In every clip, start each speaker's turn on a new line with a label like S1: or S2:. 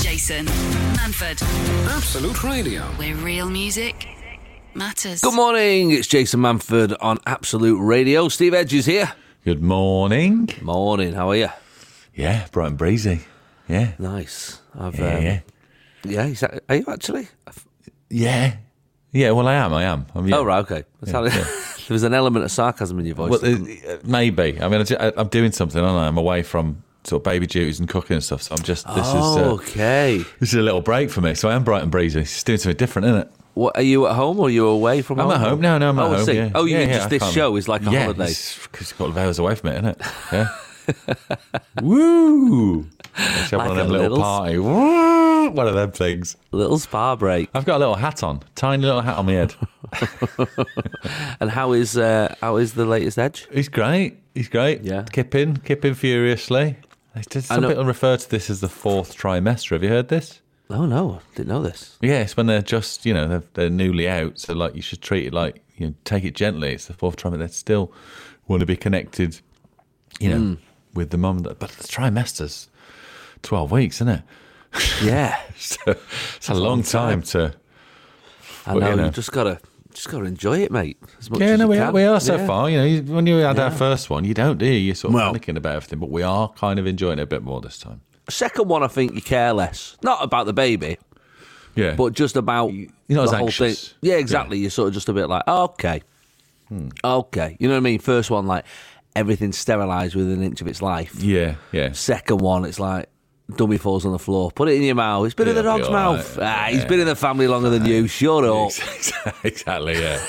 S1: Jason Manford.
S2: Absolute Radio.
S1: Where real music matters.
S2: Good morning, it's Jason Manford on Absolute Radio. Steve Edge is here.
S3: Good morning.
S2: Morning, how are you?
S3: Yeah, bright and breezy. Yeah.
S2: Nice. I've,
S3: Yeah.
S2: um,
S3: yeah.
S2: yeah. is that- are you actually?
S3: Yeah. Yeah, well, I am. I am. I'm, yeah.
S2: Oh, right, okay. That's how- there was an element of sarcasm in your voice.
S3: Well, uh, uh, maybe. I mean, I ju- I, am doing something, aren't I? I'm away from sort of baby duties and cooking and stuff. So I'm just, this
S2: oh,
S3: is uh,
S2: okay.
S3: this is a little break for me. So I am bright and breezy. It's doing something different, isn't it?
S2: What, are you at home or are you away from
S3: I'm
S2: home?
S3: at home. No, no, I'm
S2: oh,
S3: at
S2: I
S3: home.
S2: see.
S3: Yeah.
S2: Oh, you
S3: yeah,
S2: mean
S3: yeah,
S2: just
S3: I
S2: this
S3: can't-
S2: you're is like a
S3: yeah,
S2: holiday.
S3: Because you've got hours away from it, isn't it? Yeah. Woo! Let's have
S2: Like
S3: one of
S2: a
S3: them little
S2: little-
S3: party. Woo! One of them things.
S2: Little spa break.
S3: I've got a little hat on, tiny little hat on my head.
S2: And how is uh, how is the latest Edge?
S3: He's great. He's great.
S2: Yeah.
S3: Kipping, kipping furiously. They did-
S2: I
S3: Some
S2: know-
S3: people refer to this as the fourth trimester. Have you heard this?
S2: Oh, no, didn't know this.
S3: Yeah, it's when they're just, you know, they're, they're newly out. So, like, you should treat it like, you know, take it gently. It's the fourth trimester. They still want to be connected, you
S2: Hmm.
S3: know, with the mum. But the trimester's 12 weeks, isn't it?
S2: Yeah.
S3: So, it's a long time to.
S2: I
S3: Well,
S2: know,
S3: you
S2: you
S3: know.
S2: have just gotta just gotta enjoy it, mate. As much
S3: Yeah,
S2: as
S3: no,
S2: you
S3: we
S2: can.
S3: are, we are so
S2: Yeah.
S3: far. You know, you- when you had our first one, you don't, do you? You're sort of
S2: Well-
S3: panicking about everything, but we are kind of enjoying it a bit more this time.
S2: Second one, I think you care less. Not about the baby,
S3: Yeah.
S2: but just about
S3: you're not
S2: the
S3: as
S2: whole
S3: anxious.
S2: thing. Yeah, exactly. You're sort of just a bit like, "Oh, okay,
S3: Hmm.
S2: okay. You know what I mean? First one, like everything's sterilised within an inch of its life.
S3: yeah, yeah.
S2: Second one, it's like dummy falls on the floor. Put it in your mouth. It's been in the
S3: It'll be
S2: dog's
S3: all right.
S2: mouth. Ah, he's been in the family longer than you. Shut up.
S3: exactly, yeah.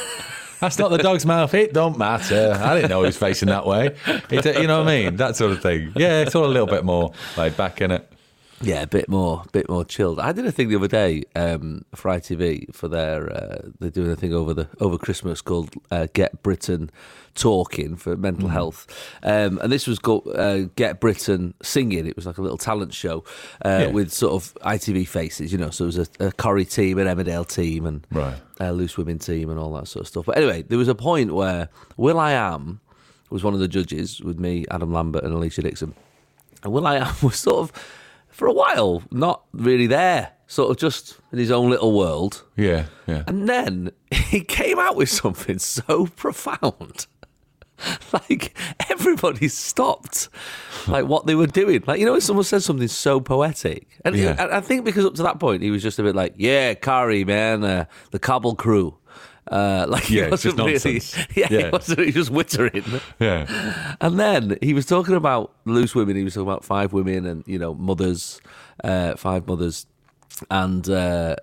S3: That's not the dog's mouth. It don't matter. I didn't know he was facing that way. It's a, you know what I mean? That sort of thing. Yeah, it's all a little bit more laid back in it.
S2: Yeah, a bit more, bit more chilled. I did a thing the other day um, for ITV for their uh, they're doing a thing over the over Christmas called uh, Get Britain Talking for mental health, um, and this was called uh, Get Britain Singing. It was like a little talent show uh,
S3: Yeah.
S2: with sort of ITV faces, you know. So it was a, a Corrie team, an Emmerdale team, and
S3: Right.
S2: uh, loose women team and all that sort of stuff. But anyway, there was a point where Will I Am was one of the judges with me, Adam Lambert and Alicia Dixon, and Will I Am was sort of for a while not really there, sort of just in his own little world.
S3: Yeah, yeah.
S2: And then he came out with something so profound. Like everybody stopped, like what they were doing. Like you know, when someone says something so poetic, and
S3: Yeah.
S2: and I think because up to that point he was just a bit like, "Yeah, Kari, man, uh, the Cobble Crew," uh, like he
S3: Yeah, it's
S2: wasn't
S3: just
S2: really,
S3: nonsense.
S2: yeah, he
S3: Yeah.
S2: wasn't. He was just wittering.
S3: Yeah.
S2: And then he was talking about loose women. He was talking about five women and you know mothers, uh, five mothers, and uh,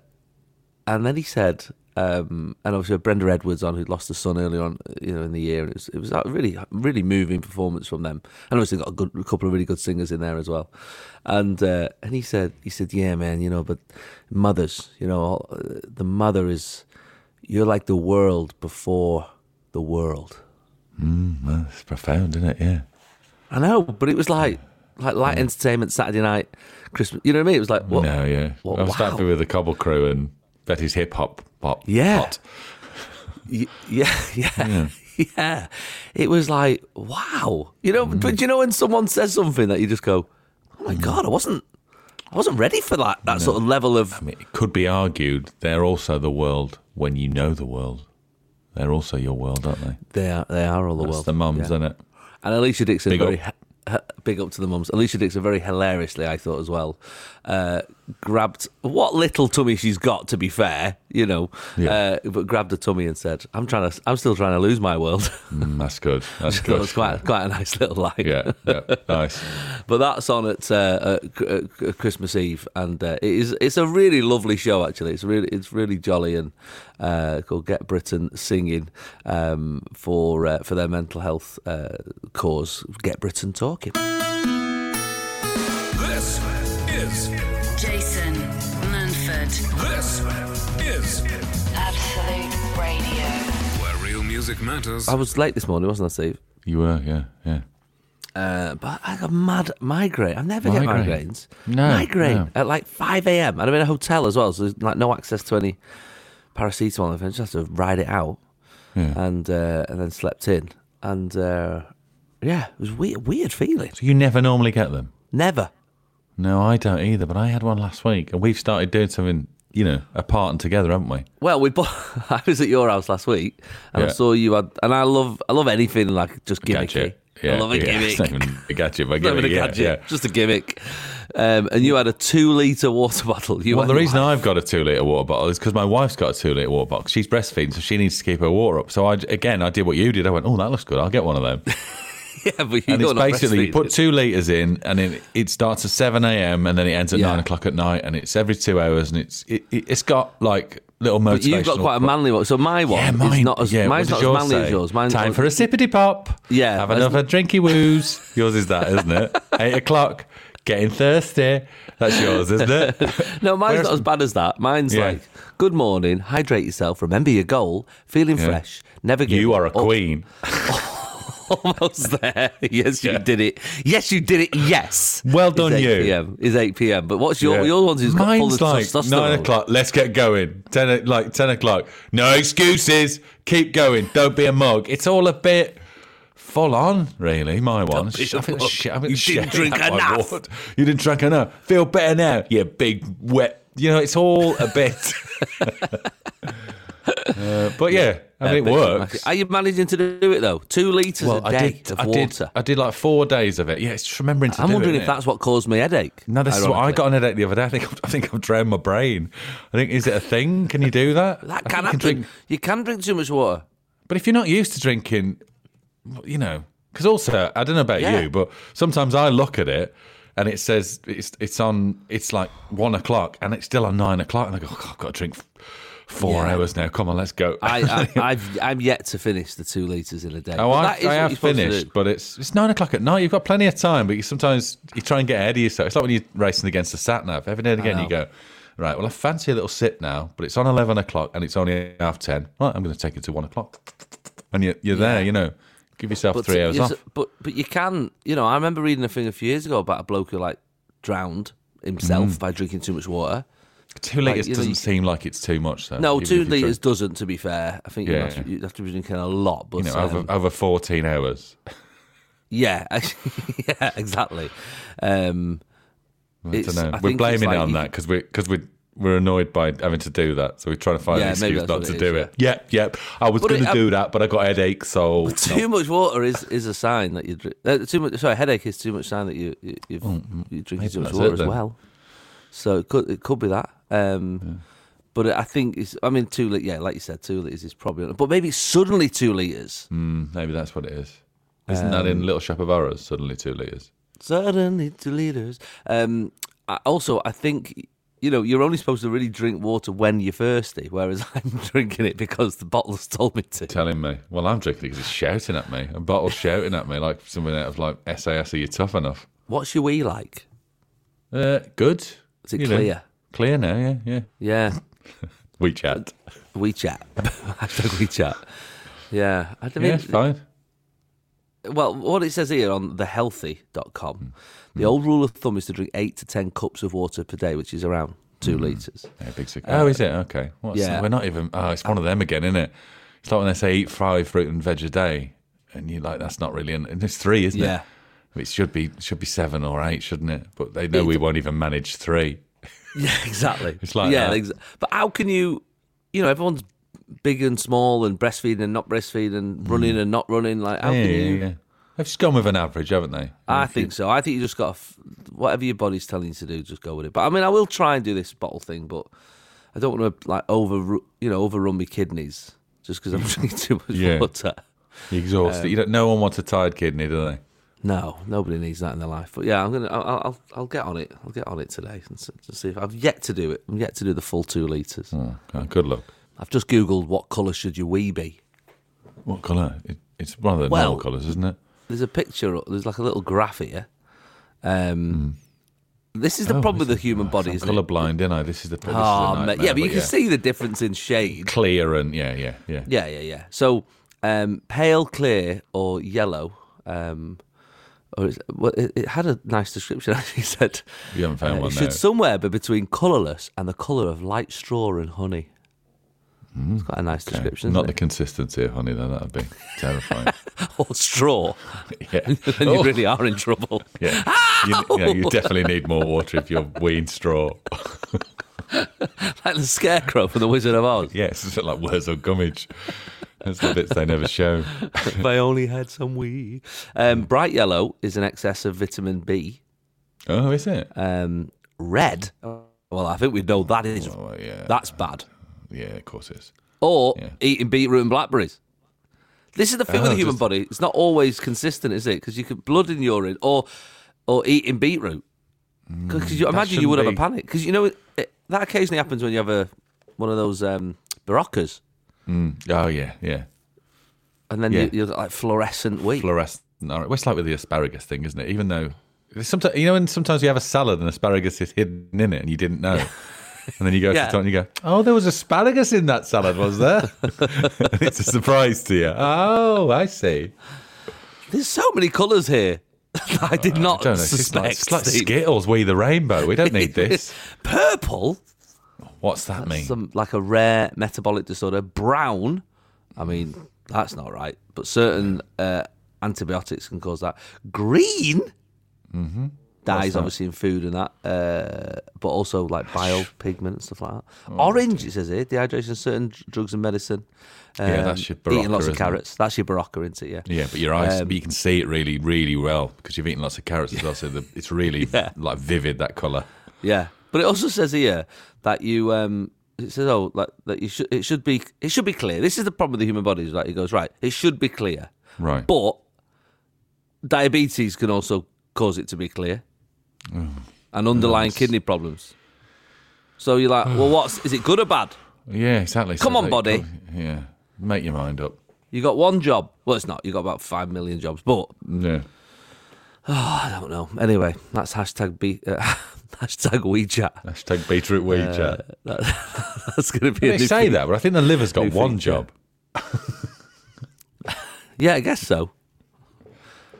S2: and then he said, um, and obviously Brenda Edwards on who lost a son earlier on, you know, in the year. And it was it was a really really moving performance from them, and obviously got a, good, a couple of really good singers in there as well. And uh, and he said he said, yeah, man, you know, but mothers, you know, all- uh, the mother is you're like the world before the world.
S3: Well, it's profound, isn't it? Yeah.
S2: I know, but it was like like light entertainment Saturday night Christmas. You know what I mean? It was like what?
S3: Mm. no, yeah.
S2: what-
S3: I was
S2: wow.
S3: happy with the Cobble Crew and Betty's hip hop pop.
S2: Yeah.
S3: pot.
S2: Y- yeah, yeah, yeah, It was like wow. You know,
S3: Mm.
S2: but you know when someone says something that you just go, oh my god, I wasn't. I wasn't ready for that that sort of level of
S3: I mean, it could be argued they're also the world when you know the world. They're also your world, aren't they?
S2: they are they are all the
S3: That's
S2: world
S3: the mums, isn't it?
S2: and Alicia Dixon
S3: Big
S2: very
S3: up.
S2: he- he- big up to the mums Alicia Dixon very hilariously I thought as well uh, grabbed what little tummy she's got to be fair you know
S3: Yeah.
S2: uh, but grabbed a tummy and said I'm trying to I'm still trying to lose my world
S3: Mm, that's good. That's
S2: That
S3: good.
S2: was quite quite a nice little line.
S3: Yeah, yeah. Nice.
S2: But that's on at, uh, at, C- at C- Christmas Eve, and uh, it is it's a really lovely show. Actually, it's really it's really jolly and uh, called Get Britain Singing um, for uh, for their mental health uh, cause. Get Britain Talking.
S4: This is
S1: Jason Manford.
S4: this is
S1: Absolute Radio.
S4: where real music matters.
S2: I was late this morning, wasn't I, Steve?
S3: You were, yeah, yeah.
S2: Uh, but I got mad migraine. I never get
S3: Migraine?
S2: migraines.
S3: No,
S2: migraine
S3: no.
S2: at like five a.m. and I'm in a hotel as well, so there's like no access to any paracetamol. I just have to ride it out, and uh, and then slept in, and uh, yeah, it was weird, weird feeling.
S3: So you never normally get them.
S2: Never.
S3: No, I don't either. But I had one last week, and we've started doing something, you know, apart and together, haven't we?
S2: Well, we bought. I was at your house last week, and I
S3: Yeah.
S2: saw you had. And I love, I love anything like just gimmicky.
S3: Gadget.
S2: I love a
S3: yeah.
S2: gimmick.
S3: It's not even a gadget, but a
S2: Not
S3: gimmick.
S2: even a
S3: yeah,
S2: gadget,
S3: yeah.
S2: just a gimmick. Um, and you had a two-liter water bottle. You
S3: Well,
S2: had
S3: the reason
S2: like-
S3: I've got a two litre water bottle is because my wife's got a two litre water bottle. She's breastfeeding, so she needs to keep her water up. So I, again, I did what you did. I went, oh, that looks good. I'll get one of them.
S2: yeah, but you
S3: And it's
S2: got
S3: basically you put two litres in, and it, it starts at 7 a.m. and then it ends at
S2: Yeah.
S3: 9 o'clock at night, and it's every two hours, and it's it, it, it's got like little motivational.
S2: But you've got quite a manly one. So my one
S3: Yeah,
S2: is
S3: mine.
S2: not as
S3: yeah,
S2: mine's not
S3: what
S2: as
S3: does yours
S2: manly as
S3: say?
S2: yours. Mine's
S3: Time for a sippity pop.
S2: Yeah,
S3: Have
S2: mine's-
S3: another drinky woos. yours is that, isn't it? Eight o'clock. Getting thirsty. That's yours, isn't it?
S2: No, mine's
S3: Whereas-
S2: not as bad as that. Mine's
S3: Yeah.
S2: like, good morning, hydrate yourself, remember your goal, feeling
S3: Yeah. Oh,
S2: fresh, never give
S3: You are a
S2: up."
S3: queen.
S2: Almost there. yes, you
S3: Yeah.
S2: did it. Yes, you did it. Yes.
S3: Well done,
S2: it's 8
S3: you.
S2: PM. Is 8 p.m. But what's your
S3: Yeah.
S2: your one's? Is got full
S3: Mine's
S2: of
S3: like
S2: testosterone.
S3: nine o'clock. Let's get going. Ten o- like ten o'clock. No excuses. Keep going. Don't be a mug. It's all a bit full on, really. My one.
S2: be a
S3: I think
S2: mug.
S3: shit- I think
S2: You
S3: shit
S2: didn't drink
S3: out my
S2: enough.
S3: ward. You didn't drink enough. Feel better now. You big wet. You know, it's all a bit. Uh, but yeah, I mean, it works.
S2: Are you managing to do it though? Two liters
S3: Well,
S2: a
S3: I
S2: day
S3: did.
S2: of
S3: I
S2: water.
S3: did. I did like four days of it. Yeah, it's just remembering to
S2: I'm
S3: do it,
S2: wondering if
S3: innit?
S2: that's what caused my headache.
S3: No, this is what I
S2: ironically.
S3: got an headache the other day. I think I think I've drowned my brain. I think is it a thing? Can you do that? I
S2: That
S3: think
S2: can
S3: you
S2: happen.
S3: drink,
S2: You can drink too much water.
S3: but if you're not used to drinking, you know, because also I don't know about
S2: Yeah.
S3: you, but sometimes I look at it and it says it's it's on. It's like one o'clock and it's still on nine o'clock, and I go, oh, I've got to drink f- four
S2: Yeah.
S3: hours now. Come on, let's go.
S2: I, I, I've, I'm yet to finish the two liters in a day.
S3: Oh,
S2: But
S3: I,
S2: that is
S3: I
S2: what
S3: have
S2: you're supposed to
S3: finished,
S2: do.
S3: but it's it's nine o'clock at night. You've got plenty of time, but you sometimes you try and get ahead of yourself. It's like when you're racing against the sat nav. Every now and again, you go, right. Well, I fancy a little sit now, but it's on eleven o'clock and it's only half ten. Right, I'm going to take it to one o'clock, and you're you're there. You know, give yourself three hours
S2: yes,
S3: off.
S2: But but you can, you know, I remember reading a thing a few years ago about a bloke who like drowned himself
S3: Mm.
S2: by drinking too much water.
S3: Two liters
S2: you know,
S3: doesn't
S2: you-
S3: seem like it's too much, though.
S2: No,
S3: even
S2: two
S3: if you
S2: liters
S3: drink,
S2: doesn't. To be fair, I think you,
S3: Yeah,
S2: have to,
S3: yeah.
S2: you have to be drinking a lot. But
S3: You know,
S2: um,
S3: over, over fourteen hours.
S2: yeah, yeah, exactly. Um,
S3: I don't know.
S2: I think
S3: we're
S2: it's
S3: blaming
S2: like
S3: it on
S2: you-
S3: that because we're because we. We're annoyed by having to do that, so we're trying to find
S2: Yeah,
S3: an
S2: maybe
S3: excuse
S2: that's
S3: not
S2: what
S3: to
S2: it
S3: do
S2: is,
S3: it. Yep, yep. I was
S2: But it-
S3: going to do that, but um, I got a headache, so
S2: Too much water is, is a sign that you drink. Uh, too much. Sorry, headache is too much sign that you, you you've, you're drinking too much
S3: Oh, that's it
S2: water as
S3: then.
S2: well. So it could it could be that. Um, But I think it's. I mean, two liters. Yeah, like you said, two liters is probably. But maybe it's suddenly two liters.
S3: Hmm. Maybe that's what it is. Um, Isn't that in Little Shop of Horrors? Suddenly two liters.
S2: Suddenly two liters. Um, I, also, I think you know you're only supposed to really drink water when you're thirsty, whereas I'm drinking it because the bottle's told me to.
S3: Telling me, well, I'm drinking because it's shouting at me. A bottle shouting at me like something out of like SAS. Are you tough enough?
S2: What's your wee like?
S3: Uh, good.
S2: Is it
S3: You know,
S2: clear?
S3: clear now. Yeah, yeah.
S2: Yeah.
S3: We chat.
S2: WeChat. Hashtag WeChat. Yeah. I don't
S3: Yeah,
S2: mean,
S3: it's fine.
S2: well, what it says here on thehealthy.com,
S3: Hmm.
S2: the old rule of thumb is to drink eight to 10 cups of water per day, which is around two litres.
S3: Yeah, big cigar. Oh, is Hmm. it okay? What's
S2: yeah.
S3: We're not even. Oh, it's one of them again, isn't it? It's like when they say eat five fruit and veg a day, and you're like, that's not really. An, and it's three, isn't
S2: Yeah.
S3: it? It should be should be seven or eight, shouldn't it? But they know we won't even manage three.
S2: Yeah, exactly.
S3: It's like
S2: yeah,
S3: that.
S2: exa- but how can you, you know, everyone's big and small and breastfeeding and not breastfeeding and running and not running. Like, how
S3: Hmm. yeah,
S2: can
S3: yeah,
S2: you?
S3: yeah. They've just gone with an average, haven't they?
S2: I think so. I think you just got to, f- whatever your body's telling you to do, just go with it. But I mean, I will try and do this bottle thing, but I don't want to like over, you know, overrun my kidneys just because I'm drinking too much
S3: Yeah.
S2: water.
S3: You're
S2: Um,
S3: exhausted. you don't, no one wants a tired kidney, do they?
S2: No, nobody needs that in their life. But yeah, I'm gonna, I'll, I'll- I'll, I'll get on it. I'll get on it today and s- to see if I've yet to do it. I'm yet to do the full two liters.
S3: Oh, God, good luck.
S2: I've just googled what colour should your wee be.
S3: What colour? It, it's one of the
S2: Well-
S3: normal colours, isn't it?
S2: There's a picture. up- There's like a little graph here. Um, Oh, This is the problem with the human body.
S3: I'm
S2: isn't
S3: colour
S2: it?
S3: blind, in I? This is the this is a
S2: Ah, mate.
S3: nightmare,
S2: yeah, but you can see the difference in shade.
S3: clear and yeah, yeah, yeah.
S2: Yeah, yeah, yeah. So, um, pale, clear, or yellow. Um, or it's, well, it, it had a nice description. Actually, it said
S3: You haven't found
S2: uh,
S3: one
S2: it
S3: now.
S2: should somewhere be between colourless and the colour of light straw and honey. It's got a nice description.
S3: Not
S2: isn't
S3: the
S2: it?
S3: consistency of honey, though. That would be terrifying.
S2: or straw,
S3: Yeah.
S2: then you
S3: Oh,
S2: really are in trouble.
S3: yeah. You, yeah, you definitely need more water if you're weaned straw.
S2: Like the scarecrow from The Wizard of Oz.
S3: Yes, it's a bit like Wurzel Gummidge. That's the bits they never show.
S2: if I only had some wee. Um, bright yellow is an excess of vitamin B.
S3: Oh, is it?
S2: Um, red, well, I think we know that is
S3: Oh, yeah.
S2: that's bad.
S3: yeah, of course it is.
S2: Or
S3: Yeah.
S2: eating beetroot and blackberries. This is the thing with
S3: Oh,
S2: the human
S3: just-
S2: body; it's not always consistent, is it? Because you could blood in urine, or or eating beetroot. Because you imagine you would have a
S3: Mm, shouldn't
S2: panic. Because you know it, it- that occasionally happens when you have a one of those um, baroccas,
S3: Oh, yeah, yeah.
S2: and then
S3: Yeah.
S2: you, you're like fluorescent wheat.
S3: Fluorescent. All right. Well, it's like with the asparagus thing, isn't it? Even though sometimes you know, and sometimes you have a salad and asparagus is hidden in it, and you didn't know. And then you go to
S2: Yeah.
S3: the top and you go, "Oh, there was asparagus in that salad, was there?" and it's a surprise to you. Oh, I see.
S2: There's so many colours here. I did not
S3: I don't know. It's just
S2: suspect.
S3: like, it's like
S2: Steve.
S3: Skittles, we the rainbow. We don't need this.
S2: Purple,
S3: What's that mean?
S2: some like a rare metabolic disorder. Brown, I mean that's not right, but certain uh, antibiotics can cause that. Green
S3: Mm-hmm.
S2: dies obviously in food and that, uh, but also like bile pigment and stuff like that.
S3: Oh,
S2: Orange, it says here, dehydration, certain dr- drugs and medicine. Um,
S3: Yeah, that's your
S2: eating lots
S3: Barocca,
S2: of
S3: isn't it?
S2: carrots. That's your barocca, isn't it? Yeah.
S3: Yeah, but your eyes,
S2: Um,
S3: but you can see it really, really well because you've eaten lots of carrots as well. So the, it's really
S2: Yeah.
S3: like vivid that color.
S2: Yeah, but it also says here that you um it says oh like that you should it should be it should be clear. This is the problem with the human body. Is like it goes right. It should be clear,
S3: Right.
S2: but diabetes can also cause it to be clear,
S3: Oh,
S2: and underlying kidney problems. So you're like, well, what's is it good or bad?
S3: yeah, exactly. So
S2: Come
S3: it's
S2: on,
S3: like-
S2: body.
S3: Yeah, make your mind up.
S2: You got one job. Well, it's not. You got about five million jobs, but
S3: Yeah.
S2: I don't know. Anyway, that's hashtag B, uh, hashtag WeChat.
S3: Hashtag beetroot
S2: Uh,
S3: WeChat.
S2: That's going to be
S3: they
S2: a new
S3: say
S2: thing.
S3: that, but I think the liver's got
S2: new
S3: one
S2: feature.
S3: job.
S2: Yeah, I guess so.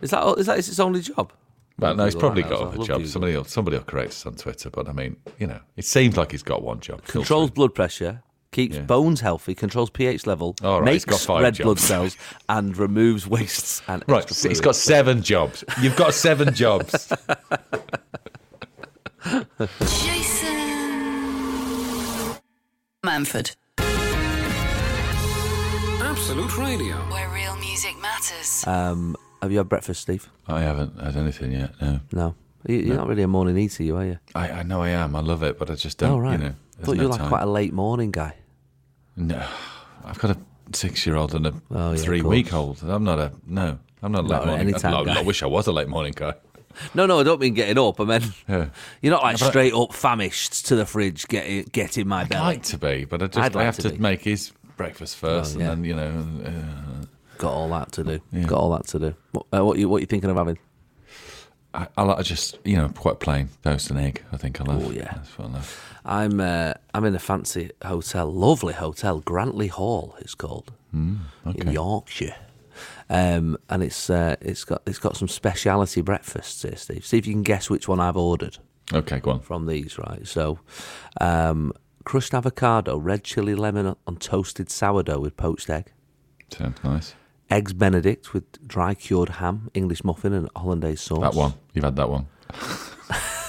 S2: Is that is that its only job?
S3: But no, he's
S2: Google
S3: probably
S2: that now,
S3: got
S2: so I
S3: other
S2: love
S3: jobs.
S2: Google.
S3: Somebody will, somebody will correct us on Twitter, but I mean, you know, it seems like he's got one job.
S2: Controls blood pressure, keeps
S3: Yeah.
S2: bones healthy, controls pH level,
S3: All right,
S2: makes
S3: he's got five
S2: red
S3: jobs.
S2: blood cells, and removes wastes and
S3: Right,
S2: extra
S3: so he's
S2: fluid.
S3: got seven jobs. You've got seven jobs.
S1: Jason Manford,
S4: Absolute Radio.
S1: where real music matters.
S2: Um, have you had breakfast, Steve?
S3: I haven't had anything yet. No,
S2: No. You- You're not really a morning eater, you are you?
S3: I, I know I am. I love it, but I just don't.
S2: All right.
S3: You know, there's
S2: Thought
S3: no
S2: you were like
S3: time.
S2: quite a late morning guy.
S3: No, I've got a six-year-old and a
S2: Oh, yeah, of
S3: three-week-old. I'm not a no. I'm not a
S2: Not
S3: late
S2: an
S3: morning.
S2: anytime
S3: I,
S2: guy.
S3: I wish I was a late morning guy.
S2: No, no, I don't mean getting up. I mean
S3: Yeah.
S2: you're not like
S3: but-
S2: straight up famished to the fridge, getting getting my
S3: I'd
S2: belly.
S3: like to be, but I just
S2: I'd like
S3: I have
S2: to
S3: to,
S2: be.
S3: make his breakfast first,
S2: Oh, yeah.
S3: and then you know. uh, and,
S2: Got all that to do. Got all that to do. What, uh, what you what you thinking of having?
S3: Uh, I, I like I just you know quite plain toast and egg. I think I love.
S2: Oh, yeah.
S3: that's what I love.
S2: I'm uh, I'm in a fancy hotel, lovely hotel, Grantley Hall. It's called in Yorkshire, um, and it's uh, it's got it's got some speciality breakfasts here, Steve. See if you can guess which one I've ordered
S3: Okay, go on.
S2: from these, right? So, um, crushed avocado, red chili lemon on toasted sourdough with poached egg,
S3: Sounds nice.
S2: eggs Benedict with dry cured ham, English muffin, and hollandaise sauce.
S3: That one you've had that one.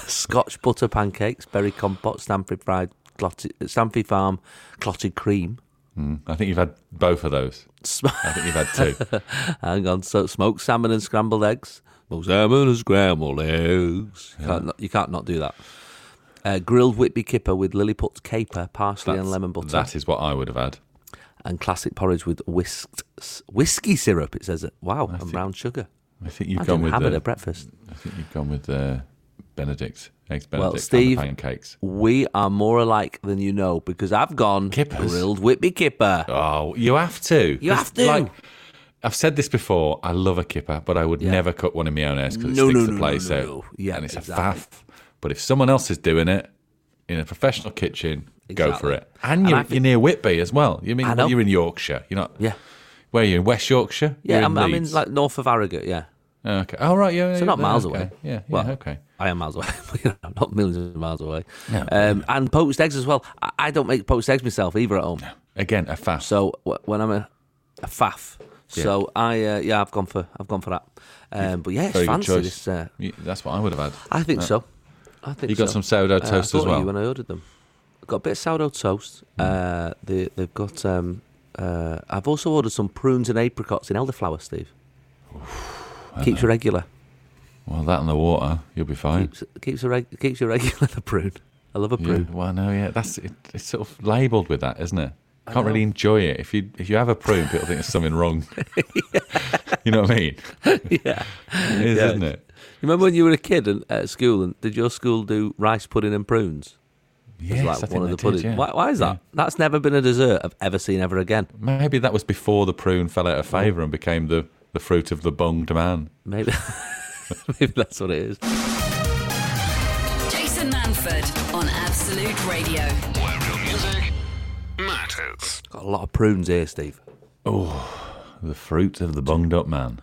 S2: Scotch butter pancakes, berry compote, Stanford fried, clotted, Stanford Farm clotted cream.
S3: I think you've had both of those.
S2: Sm-
S3: I think you've had two.
S2: Hang on, so smoked salmon and scrambled eggs. Smoked salmon and scrambled eggs. You Can't not, you can't not do that. Uh, grilled Whitby kipper with Lilliput caper, parsley and lemon butter,
S3: That is what I would have had.
S2: and classic porridge with whisked s- whiskey syrup. It says, it. "Wow," and brown sugar.
S3: I think you've
S2: I
S3: gone
S2: didn't
S3: with
S2: have it
S3: the,
S2: at breakfast.
S3: I think you've gone with uh, Benedict, eggs Benedict, and the
S2: Steve-
S3: pancakes.
S2: We are more alike than you know because I've gone
S3: Kippers?
S2: grilled Whitby kipper.
S3: Oh, you have to.
S2: You have to.
S3: I've said this before. I love a kipper, but I would never cut one in my own house because
S2: No,
S3: it
S2: no,
S3: sticks
S2: no,
S3: the place
S2: no, no,
S3: out.
S2: no. Yeah,
S3: and it's
S2: exactly.
S3: a faff. But if someone else is doing it in a professional kitchen, go
S2: Exactly.
S3: for it. And you're,
S2: I think-
S3: you're near Whitby as well. You
S2: I
S3: mean
S2: know.
S3: you're in Yorkshire? You're not.
S2: Yeah,
S3: Where are you in West Yorkshire?
S2: yeah.
S3: You're
S2: I'm, I'm in
S3: Leeds.
S2: like north of Harrogate. Yeah.
S3: Oh, okay. Oh right. Yeah.
S2: So not miles away.
S3: Yeah. yeah
S2: Well,
S3: okay.
S2: I am miles away. but, you know, not millions of miles away.
S3: No.
S2: um, and poached eggs as well. I, I don't make poached eggs myself either at home.
S3: Again, a faff.
S2: So wh- when I'm a, a faff, So I uh, yeah, I've gone for I've gone for that. Um, but yeah, it's
S3: Very good
S2: fancy.
S3: choice.
S2: This, uh,
S3: Yeah, That's what I would have had.
S2: I think
S3: Yeah.
S2: so. I think
S3: You got
S2: so.
S3: some sourdough
S2: Uh, I
S3: toast as
S2: thought of
S3: well. Hmm.
S2: You when I ordered them, got a bit of sourdough toast. Uh, they they've got. Um, uh, I've also ordered some prunes and apricots in elderflower, Steve. Keeps you regular.
S3: Well, that and the water, you'll be fine.
S2: Keeps keeps a reg- keeps you regular. The prune. I love a
S3: Yeah.
S2: prune.
S3: Well, no, yeah, that's it, it's sort of labelled with that, isn't it? Can't really enjoy it if you if you have a prune, people think there's something wrong. you know what I mean?
S2: Yeah.
S3: It is,
S2: Yeah.
S3: isn't it?
S2: You remember when you were a kid and, at school, and did your school do rice pudding and prunes?
S3: Yes,
S2: like
S3: I think
S2: one of
S3: they
S2: the
S3: did,
S2: puddings.
S3: yeah.
S2: Why, why is
S3: Yeah.
S2: that? That's never been a dessert I've ever seen ever again.
S3: Maybe that was before the prune fell out of favour and became the, the fruit of the bonged man.
S2: Maybe, maybe that's what it is.
S1: Jason Manford on Absolute Radio.
S4: Where real music matters.
S2: Got a lot of prunes here, Steve.
S3: The fruit of the bunged up man.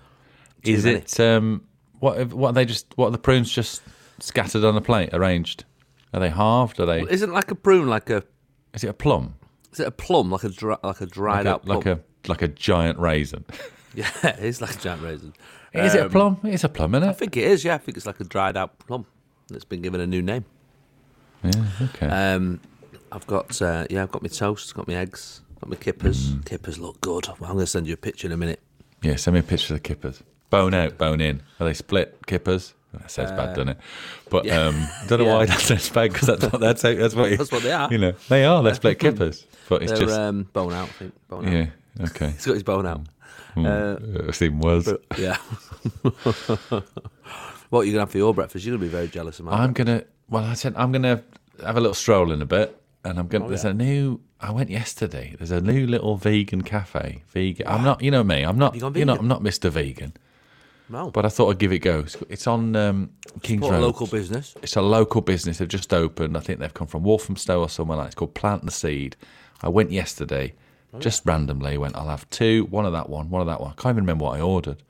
S3: Is
S2: many.
S3: it um what what are they just what are the prunes just scattered on a plate, arranged? Are they halved? Are they
S2: Isn't like a prune like a
S3: is it a plum?
S2: is it a plum like a dry, like a dried
S3: Like a,
S2: out plum?
S3: like a like a giant raisin.
S2: yeah, it is like a giant raisin.
S3: Is it a plum? It's a plum, isn't
S2: I
S3: it?
S2: think it is. Yeah, I think it's like a dried out plum that's been given a new name.
S3: Yeah, okay.
S2: Um, I've got uh, yeah, I've got my toast, got my eggs, got my kippers. Kippers look good. Well, I'm going to send you a picture in a minute.
S3: yeah, send me a picture of the kippers. Bone out, bone in. Are they split kippers? That sounds bad, doesn't it? But
S2: yeah.
S3: um, don't know why that sounds bad because that's what that's how- that's what you-
S2: That's what they are.
S3: You know, they are. They're uh, split kippers, but it's
S2: They're
S3: just
S2: um, bone out. I think bone out.
S3: yeah. Okay,
S2: He's got his bone out.
S3: Uh, it's even worse.
S2: Yeah. what are you going to have for your breakfast? You're going to be very jealous of mine.
S3: I'm gonna. Well, I said I'm gonna have a little stroll in a bit, and I'm gonna. there's a new. I went yesterday. There's a new little vegan cafe. Vegan. I'm not. You know me. I'm not.
S2: you gone
S3: You know,
S2: vegan?
S3: I'm not Mr. Vegan.
S2: no.
S3: But I thought I'd give it a go. It's- It's on um, Kings
S2: Support a
S3: Road.
S2: local business.
S3: It's a local business. They've just opened. I think they've come from Walthamstow or somewhere like. It's called Plant the Seed. I went yesterday, just randomly. Went. I'll have two. One of that one. One of that one. I can't even remember what I ordered.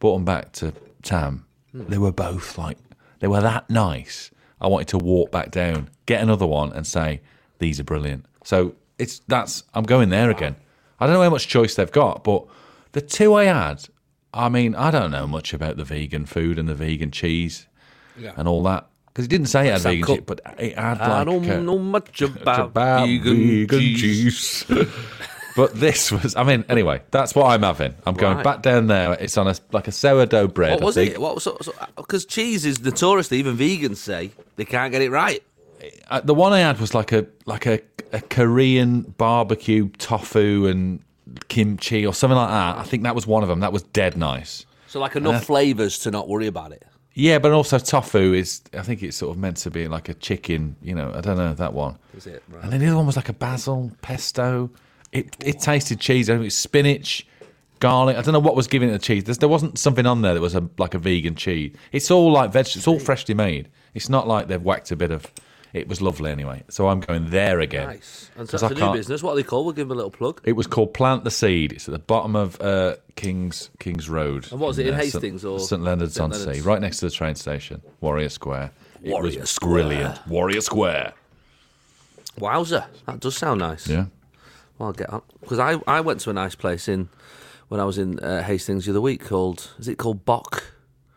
S3: Brought them back to Tam. They were both like they were that nice. I wanted to walk back down, get another one, and say these are brilliant. So it's that's I'm going there again. I don't know how much choice they've got, but the two I had. I mean, I don't know much about the vegan food and the vegan cheese and all that because it didn't say it had
S2: that
S3: vegan
S2: called?
S3: cheese, but it had like
S2: I don't
S3: uh,
S2: know much about,
S3: about
S2: vegan, cheese.
S3: but this was, I mean, anyway, that's what I'm having. I'm going
S2: Right.
S3: back down there. It's on a like a sourdough bread.
S2: What
S3: I
S2: was
S3: think.
S2: it? What because so, uh, 'cause cheese is notoriously even vegans say they can't get it right.
S3: Uh, the one I had was like a like a, a Korean barbecue tofu and kimchi or something like that. I think that was one of them. That was dead nice.
S2: So like enough flavors to not worry about it.
S3: Yeah, but also tofu is. I think it's sort of meant to be like a chicken. You know, I don't know that one.
S2: Is it? Right.
S3: And then the other one was like a basil pesto. It it tasted cheese. I think it was spinach, garlic. I don't know what was giving it the cheese. There's, there wasn't something on there that was a, like a vegan cheese. It's all like veg. It's all freshly made. It's not like they've whacked a bit of. It was lovely anyway. So I'm going there again.
S2: Nice. And so
S3: 'Cause
S2: that's
S3: I
S2: a new
S3: can't-
S2: business. What are they called? We'll give them a little plug.
S3: It was called Plant the Seed. It's at the bottom of uh, Kings Kings Road.
S2: And what was it, in
S3: uh, St-
S2: Hastings or-
S3: St Leonard's
S2: St
S3: on Sea,
S2: Leonard's?
S3: right next to the train station, Warrior Square. It
S2: Warrior
S3: was
S2: Square.
S3: brilliant. Warrior Square.
S2: Wowzer, that does sound nice.
S3: Yeah.
S2: Well, I'll get on because I, I went to a nice place in when I was in uh, Hastings the other week called is it called Bock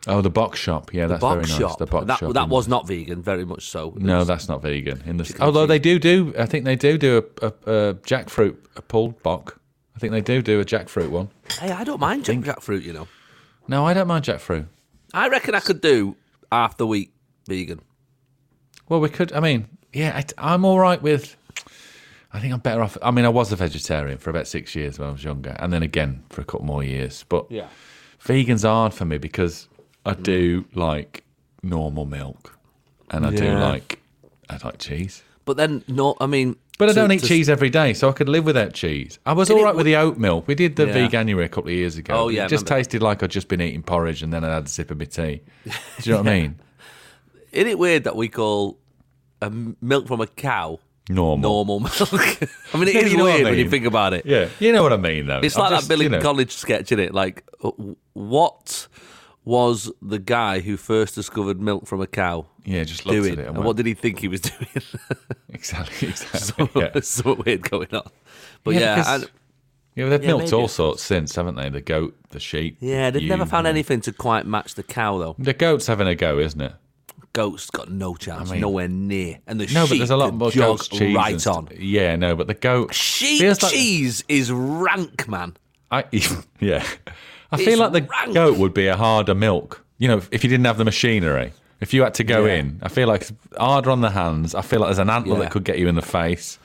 S3: Oh, the box shop. Yeah, that's
S2: Bock
S3: very nice.
S2: Shop.
S3: The box
S2: that
S3: shop. Mm.
S2: that
S3: in-
S2: was not vegan, very much so.
S3: No, that's not vegan. In the
S2: and
S3: although
S2: cheese.
S3: they do do, I think they do do a, a, a jackfruit a pulled bock. I think they do do a jackfruit one.
S2: Hey, I don't mind jack- jackfruit. You know,
S3: No, I don't mind jackfruit.
S2: I reckon I could do half the week vegan.
S3: Well, we could. I mean, yeah, I, am all right with. I think I'm better off. I mean, I was a vegetarian for about six years when I was younger, and then again for a couple more years. But yeah, vegan's hard for me because I do like normal milk, and I do
S2: Yeah.
S3: like I like cheese.
S2: But then no, I mean,
S3: But I
S2: to-
S3: don't eat
S2: to-
S3: cheese every day, so I could live without cheese. I was
S2: And
S3: all
S2: it
S3: right with the oat milk. We did the
S2: Yeah.
S3: veganuary a couple of years ago.
S2: Oh, yeah, I
S3: it just
S2: remember.
S3: tasted like I'd just been eating porridge and then I had a sip of my tea. Do you know what I mean?
S2: Isn't it weird that we call a m- milk from a cow
S3: Normal.
S2: normal milk? I mean, it
S3: Yeah,
S2: is
S3: you know what I
S2: weird when you
S3: mean.
S2: think about it.
S3: Yeah, you know what I mean, though.
S2: It's
S3: I'm
S2: like
S3: just,
S2: that Billy
S3: you know,
S2: College sketch, in it? Like, uh, w- what was the guy who first discovered milk from a cow
S3: Yeah, just looked
S2: doing?
S3: at it.
S2: And
S3: And went,
S2: what did he think he was doing?
S3: exactly, exactly.
S2: so,
S3: yeah.
S2: so weird going on. But
S3: Yeah,
S2: yeah,
S3: because-
S2: and
S3: Yeah, but they've
S2: Yeah,
S3: milked
S2: maybe.
S3: all sorts since, haven't they? The goat, the sheep.
S2: Yeah, they've
S3: you.
S2: never found anything to quite match the cow though.
S3: The goat's having a go, isn't it?
S2: Goat's got no chance,
S3: I mean-
S2: nowhere near. And the
S3: No,
S2: sheep
S3: but there's a lot
S2: could
S3: more
S2: jog
S3: goat's cheese. and
S2: right
S3: st-
S2: on.
S3: Yeah, no, but the goat
S2: Sheep
S3: feels like-
S2: cheese is rank, man.
S3: I yeah. I
S2: It's
S3: feel like the
S2: rank.
S3: goat would be a harder milk. You know, if- if you didn't have the machinery, if you had to go
S2: Yeah.
S3: in, I feel like it's harder on the hands. I feel like there's an antler
S2: Yeah.
S3: that could get you in the face.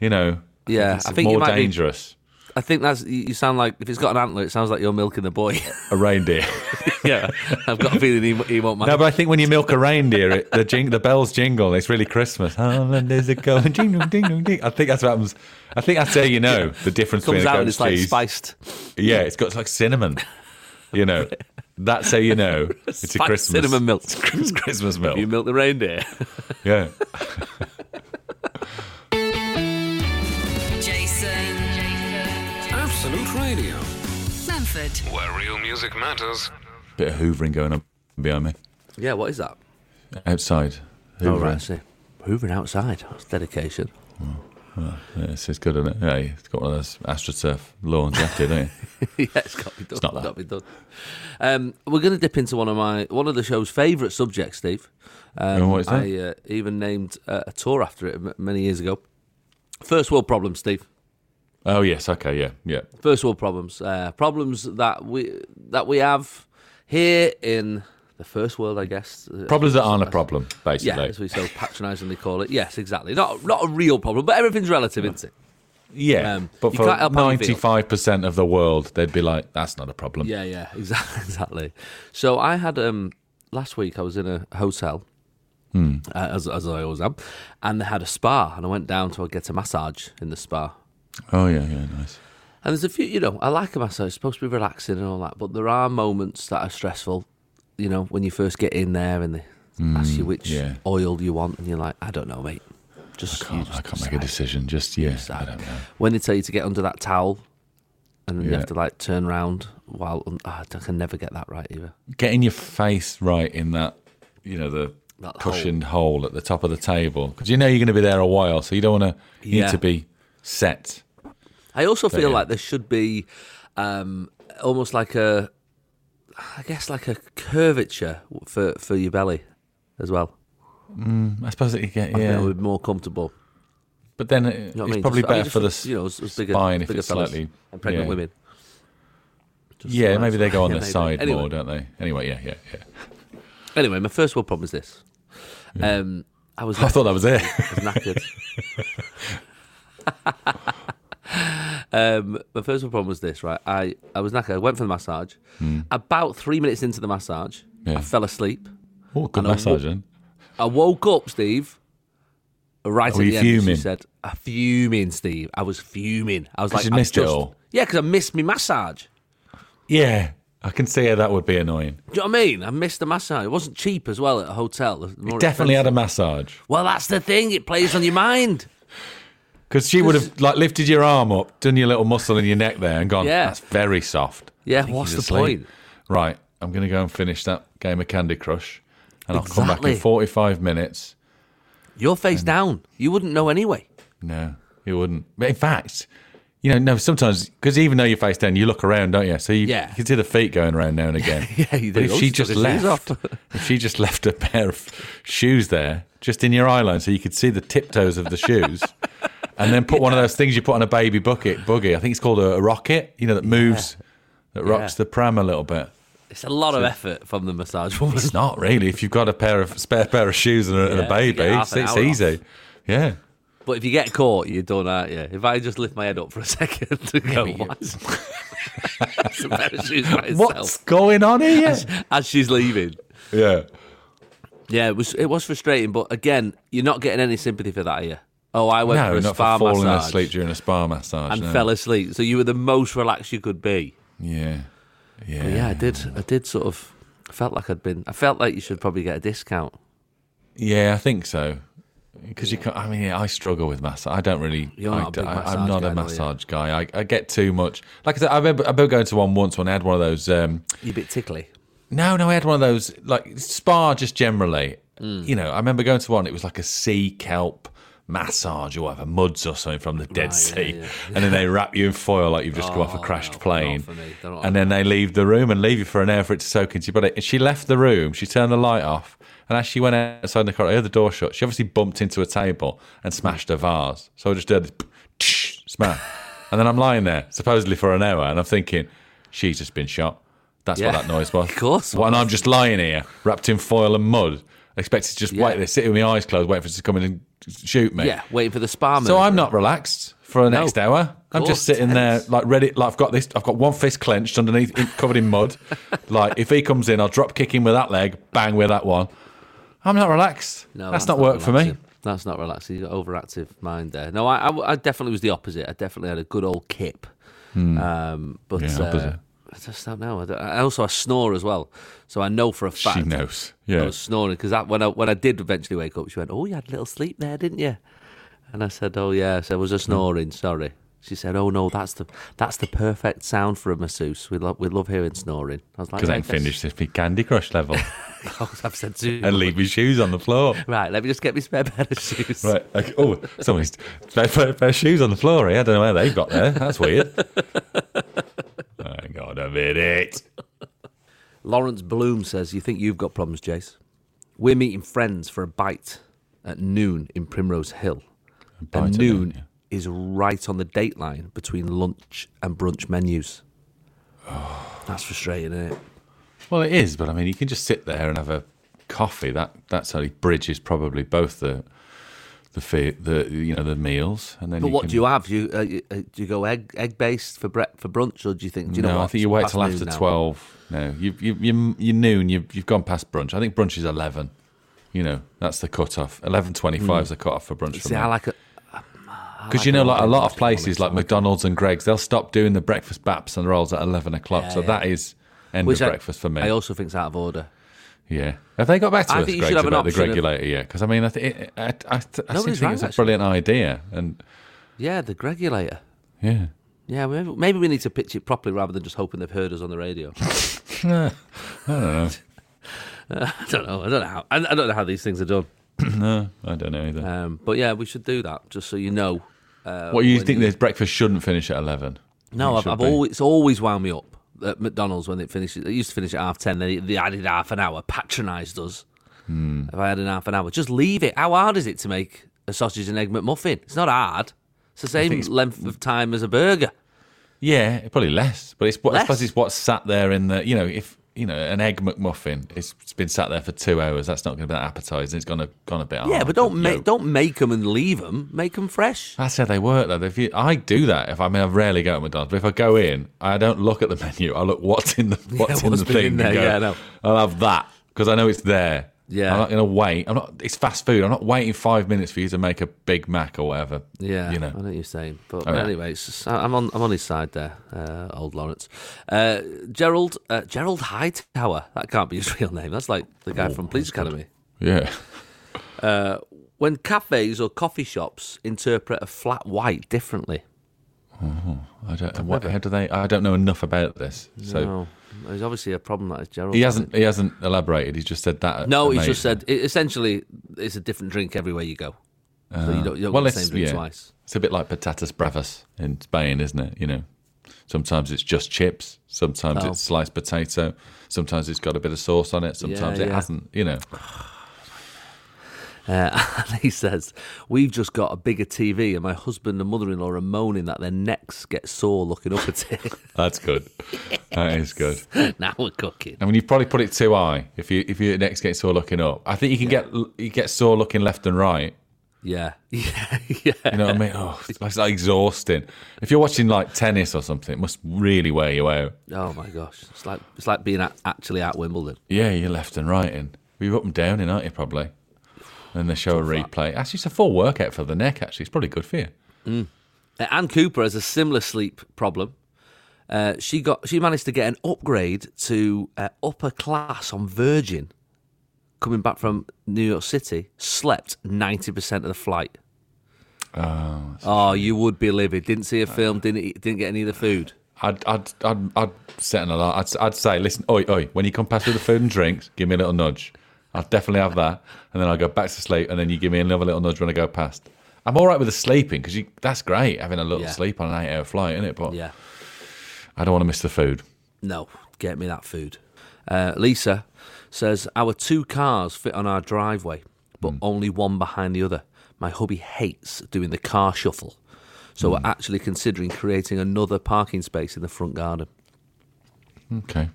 S3: You know,
S2: Yeah,
S3: it's
S2: I think you
S3: more
S2: might be-
S3: dangerous.
S2: I think that's you you sound like if it's got an antler, it sounds like you're milking the boy.
S3: A reindeer.
S2: yeah, I've got a feeling he, he won't mind.
S3: no, but I think when you milk a reindeer, it, the jing, the bells jingle. It's really Christmas. Oh, and there's a goat. Ding dong, ding dong, ding. I think that's what happens. I think that's how you know the difference
S2: comes
S3: between a
S2: out and
S3: goat's
S2: it's like
S3: cheese.
S2: spiced.
S3: Yeah, it's got like cinnamon. You know, that's how you know it's a
S2: spiced
S3: Christmas
S2: cinnamon milk.
S3: It's Christmas milk.
S2: You milk the reindeer.
S3: Yeah.
S1: Jason. Jason.
S4: Absolute Radio,
S1: Manford.
S4: where real music matters.
S3: Bit of hoovering going on behind me.
S2: yeah, what is that?
S3: Outside.
S2: Oh,
S3: Hoovering.
S2: right, I see. Hoovering outside. That's dedication.
S3: Yeah, this is good, isn't it? Yeah, it's got one of those AstroTurf lawns after, don't you?
S2: yeah, it's got to be done.
S3: It's not that.
S2: Got to be done. Um, we're going to dip into one of my one of the show's favourite subjects, Steve. Um,
S3: Oh, what is that?
S2: I uh, even named uh, a tour after it m- many years ago. First world problems, Steve.
S3: Oh, yes. Okay. Yeah. Yeah.
S2: First world problems. Uh, problems that we that we have here in the first world, I guess. Uh,
S3: Problems that aren't a problem,
S2: Yeah,
S3: basically.
S2: as we so patronisingly call it. Yes, exactly. Not not a real problem, but everything's relative, isn't it?
S3: Yeah.
S2: Um,
S3: but
S2: you
S3: for
S2: can't help how you feel.
S3: 95% of the world, they'd be like, that's not a problem.
S2: Yeah, yeah, exactly, exactly. So I had um last week I was in a hotel.
S3: Hmm.
S2: Uh, as, as I always am, and they had a spa, and I went down to get a massage in the spa.
S3: Oh, yeah. Yeah. Nice.
S2: And there's a few, you know, I like a massage, it's supposed to be relaxing and all that, but there are moments that are stressful, you know, when you first get in there and they ask you which
S3: Hmm, yeah.
S2: oil you want, and you're like, I don't know, mate. Just, you
S3: I
S2: just
S3: can't make a
S2: decide.
S3: decision. Just, yeah. I
S2: Sad.
S3: don't know.
S2: When they tell you to get under that towel, and you
S3: Yeah.
S2: have to like turn round while ah, I can never get that right either.
S3: Getting your face right in that, you know, the
S2: That hole.
S3: cushioned hole. at the top of the table. Because you know you're going to be there a while. So you don't want to, you
S2: Yeah.
S3: need to be set.
S2: I also feel
S3: yeah.
S2: like there should be um, almost like a, I guess like a curvature for for your belly as well.
S3: I suppose it could get,
S2: Yeah,
S3: yeah.
S2: it would be more comfortable.
S3: But then it,
S2: You know what
S3: it's
S2: I mean?
S3: probably
S2: Just- I mean,
S3: better
S2: just
S3: for the
S2: for, you know, as- as bigger-
S3: spine if
S2: bigger
S3: it's
S2: fellas
S3: slightly
S2: and pregnant
S3: yeah.
S2: women. Just
S3: Yeah,
S2: like-
S3: maybe they go on
S2: Yeah,
S3: the
S2: maybe.
S3: side
S2: Anyway.
S3: more, don't they? Anyway, yeah, yeah, yeah.
S2: Anyway, my first world problem is this. Um, I was
S3: I thought that was it.
S2: was knackered. um, my first problem was this, right? I, I was knackered. I went for the massage. About three minutes into the massage,
S3: Hmm. Yeah.
S2: I fell asleep.
S3: oh, good
S2: And I
S3: massage
S2: wa-
S3: then.
S2: I woke up, Steve. Right
S3: Oh, Were
S2: at
S3: you
S2: the end, as
S3: fuming?
S2: she said, "A fuming, Steve. I was fuming. I was
S3: 'Cause
S2: like,
S3: you
S2: I've
S3: missed it
S2: just-
S3: all.
S2: Yeah, because I missed my massage.
S3: Yeah, I can see how that would be annoying.
S2: Do you know what I mean? I missed the massage. It wasn't cheap as well at a hotel. It was more
S3: Definitely
S2: expensive.
S3: had a massage
S2: Well, that's the thing. It plays on your mind.
S3: because she would have like lifted your arm up, done your little muscle in your neck there, and gone.
S2: Yeah.
S3: that's very soft.
S2: Yeah,
S3: I think
S2: what's
S3: he's
S2: the
S3: asleep.
S2: point?
S3: Right, I'm going to go and finish that game of Candy Crush, and I'll come back
S2: Exactly.
S3: in 45 minutes.
S2: You're face down. You wouldn't know anyway.
S3: No, you wouldn't. But in fact, you know, no, sometimes, because even though you're face down, you look around, don't you? So you,
S2: Yeah.
S3: you can see the feet going around now and again.
S2: Yeah, you
S3: But
S2: do.
S3: if
S2: Oh,
S3: she
S2: she's
S3: just
S2: took her shoes
S3: left,
S2: off.
S3: if she just left a pair of shoes there, just in your eye line, so you could see the tiptoes of the shoes, and then put one of those things you put on a baby bucket buggy. I think it's called a, a rocket, you know, that moves, that rocks
S2: Yeah.
S3: the pram a little bit.
S2: It's a lot of effort from the massage woman.
S3: It's not really. If you've got a pair of spare pair of shoes and a, and
S2: Yeah,
S3: a
S2: you
S3: baby,
S2: get half
S3: it's,
S2: an
S3: it's
S2: hour off.
S3: easy. Yeah.
S2: But if you get caught, you're done, aren't you? If I just lift my head up for a second to go,
S3: but you-
S2: what's It's a pair of shoes by
S3: What's
S2: itself
S3: going on here?
S2: as she's leaving.
S3: yeah.
S2: Yeah, it was it was frustrating, but again, you're not getting any sympathy for that, are you? Oh, I went
S3: No,
S2: for a
S3: not
S2: spa
S3: for falling
S2: massage
S3: asleep during a spa massage.
S2: and
S3: no.
S2: fell asleep. So you were the most relaxed you could be.
S3: Yeah. Yeah.
S2: But yeah, I did. I did sort of I felt like I'd been. I felt like you should probably get a discount.
S3: Yeah, I think so. Because you can't, I mean, yeah, I struggle with massage. I don't really.
S2: You're
S3: I,
S2: not a big
S3: am
S2: massage
S3: not
S2: guy,
S3: a
S2: though, yeah.
S3: massage guy. I, I get too much. Like I said, I remember, I remember going to one once when I had one of those. Um,
S2: You a bit tickly.
S3: no, no, I had one of those
S2: Hmm.
S3: like spa just generally. You know, I remember going to one. It was like a sea kelp massage or whatever, muds or something from the Dead Sea, and then they wrap you in foil like you've just come off a crashed
S2: Oh, no,
S3: plane,
S2: not for me. They're not
S3: and then they leave the room and leave you for an hour for it to soak into your body. And she left the room, she turned the light off, and as she went outside in the corridor, I heard the door shut. She obviously bumped into a table and smashed a vase, so I just heard this tsh, smash, and then I'm lying there supposedly for an hour, and I'm thinking she's just been shot. That's
S2: Yeah.
S3: what that noise was.
S2: Of course it
S3: Well, and I'm just lying here, wrapped in foil and mud, expected to just
S2: Yeah.
S3: wait there, sitting with my eyes closed, waiting for it to come in and shoot me.
S2: yeah, waiting for the spa.
S3: So
S2: move.
S3: I'm not relaxed for the next hour. I'm
S2: course,
S3: just sitting there,
S2: tense.
S3: like ready. Like I've got this. I've got one fist clenched underneath, in, covered in mud. like if he comes in, I'll drop kick him with that leg, bang with that one. I'm not relaxed.
S2: No,
S3: that's, not, work for me.
S2: relaxing. That's not relaxing. You've got overactive mind there. No, I, I, I definitely was the opposite. I definitely had a good old kip. Um, but
S3: Hmm. Yeah,
S2: uh,
S3: opposite.
S2: I just don't know. I, don't, I also I snore as well, so I know for a fact
S3: She knows. Yeah.
S2: I was snoring because when I when I did eventually wake up, she went, "Oh, you had a little sleep there, didn't you?" And I said, "Oh yeah." So I was a
S3: Hmm.
S2: snoring. Sorry. She said, "Oh no, that's the that's the perfect sound for a masseuse. We love we love hearing snoring." I was like,
S3: Because I
S2: "Yeah,
S3: ain't
S2: guess-
S3: finished this big Candy Crush level
S2: I've said two.
S3: and leave my shoes on the floor.
S2: Right, let me just get me spare pair of shoes.
S3: Right. Okay. Oh, somebody's their, their, their shoes on the floor here. I don't know where they've got there. That's weird. I got a minute.
S2: Lawrence Bloom says, You think you've got problems, Jace? We're meeting friends for a bite at noon in Primrose Hill.
S3: bite
S2: and
S3: at
S2: noon,
S3: noon, yeah.
S2: is right on the date line between lunch and brunch menus. That's frustrating, isn't it?
S3: Well, it is, but I mean, you can just sit there and have a coffee. That that certainly bridges probably both the the fe- the you know the meals. And then
S2: But
S3: you
S2: what
S3: can,
S2: do you have? Do you, uh, you- uh, do you go egg egg based for bre- for brunch, or do you think? Do you
S3: no,
S2: know what?
S3: I think you wait
S2: That's
S3: till
S2: noon
S3: after
S2: now.
S3: twelve. No, you you you you noon. You've you've gone past brunch. I think brunch is eleven. You know, that's the cutoff. Eleven twenty-five is the cutoff for brunch.
S2: Hmm. See, I like it.
S3: Because you know, like a lot of places, like McDonald's and Greg's, they'll stop doing the breakfast baps and rolls at eleven o'clock. so
S2: yeah.
S3: that is end
S2: Which
S3: of
S2: I-
S3: breakfast for me.
S2: I also think's out of order.
S3: Yeah. Have they got back to
S2: I
S3: us,
S2: think you
S3: Greg,
S2: should have an
S3: about the
S2: option of-
S3: regulator yet? Because, I mean, I, th- it, I, I, I seem to
S2: Nobody's
S3: think it's
S2: rang,
S3: a brilliant idea. And,
S2: Yeah, the regulator.
S3: yeah.
S2: Yeah, maybe, maybe we need to pitch it properly rather than just hoping they've heard us on the radio. I don't know. I don't know how. I, I don't know how these things are done.
S3: No, I don't know either.
S2: Um, but yeah, we should do that just so you know.
S3: what, you
S2: Uh, when
S3: think
S2: you-
S3: this breakfast shouldn't finish at 11?
S2: No,
S3: It
S2: I've,
S3: should
S2: I've
S3: be.
S2: always it's always wound me up at McDonald's when it finishes. It used to finish at half ten. They, they added half an hour, patronised us. If I had an half an hour, just leave it. How hard is it to make a sausage and egg McMuffin? It's not hard. It's Oh, the same length of time as a burger.
S3: Yeah, probably less. But it's what,
S2: Less?
S3: I suppose it's what's sat there in the, you know, if, you know, an egg McMuffin, it's, it's been sat there for two hours. That's not going to be that appetizing. It's gone a, gone a bit
S2: Yeah,
S3: hard,
S2: but don't
S3: the
S2: make
S3: yolk.
S2: don't make them and leave them. Make them fresh.
S3: That's how they work, though. If you, I do that, if I mean, I rarely go to McDonald's, but if I go in, I don't look at the menu. I look what's in the what's in
S2: what's
S3: the
S2: been
S3: thing.
S2: in
S3: and
S2: there,
S3: go,
S2: yeah, I know.
S3: I'll have that because I know it's there.
S2: Yeah.
S3: I'm not going to wait. I'm not. It's fast food. I'm not waiting five minutes for you to make a Big Mac or whatever.
S2: Yeah,
S3: you
S2: I know
S3: know. Oh,
S2: what you're saying, but
S3: yeah.
S2: anyway, it's just- I'm on I'm on his side there, uh, old Lawrence, uh, Gerald uh, Gerald Hightower. That can't be his real name. That's like the
S3: Oh,
S2: guy from Police Academy.
S3: Yeah,
S2: When cafes or coffee shops interpret a flat white differently,
S3: I don't. What, how do they? I don't know enough about this. So
S2: no, there's obviously a problem that is Gerald.
S3: Oh. he hasn't. He hasn't elaborated. He's just said that.
S2: No, he's
S3: amazing.
S2: just said it, essentially it's a different drink everywhere you go. so you don't, you don't
S3: Uh, well,
S2: get the
S3: it's
S2: same drink
S3: yeah.
S2: twice.
S3: It's a bit like patatas bravas in Spain, isn't it? You know, sometimes it's just chips, sometimes
S2: Oh.
S3: it's sliced potato, sometimes it's got a bit of sauce on it, sometimes
S2: Yeah,
S3: it
S2: yeah.
S3: hasn't. You know,
S2: Uh, and he says, We've just got a bigger TV, and my husband and mother in law are moaning that their necks get sore looking up at it.
S3: that's good. That is good.
S2: now we're cooking.
S3: I mean, you probably put it too high if you if your next gets sore looking up. I think you can get you get sore looking left and right.
S2: Yeah, yeah, yeah.
S3: You know what I mean? Oh, it's like- it's like exhausting. If you're watching like tennis or something, it must really wear you out.
S2: Oh my gosh, it's like it's like being at, actually at Wimbledon.
S3: Yeah, you're left and right in. You're up and down in, aren't you, probably? And they show a replay. Actually, it's a full workout for the neck, actually. It's probably good for you.
S2: Uh, Anne Cooper has a similar sleep problem. Uh, she got she managed to get an upgrade to uh, upper class on Virgin. Coming back from New York City, slept ninety percent of the flight.
S3: Oh,
S2: Oh, you would be livid. Didn't see a film. Didn't eat, didn't get any of the food.
S3: I'd, I'd, I'd, I'd set an alarm. I'd, I'd say, listen, oi, oi, when you come past with the food and drinks, give me a little nudge. I'll definitely have that. And then I'll go back to sleep. And then you give me another little nudge when I go past. I'm all right with the sleeping because that's great having a little
S2: Yeah.
S3: sleep on an eight hour flight, isn't it? But
S2: Yeah.
S3: I don't want to miss the food.
S2: No, get me that food. Uh, Lisa says our two cars fit on our driveway, but
S3: Hmm.
S2: only one behind the other. My hubby hates doing the car shuffle, so
S3: Hmm.
S2: we're actually considering creating another parking space in the front garden.
S3: Okay,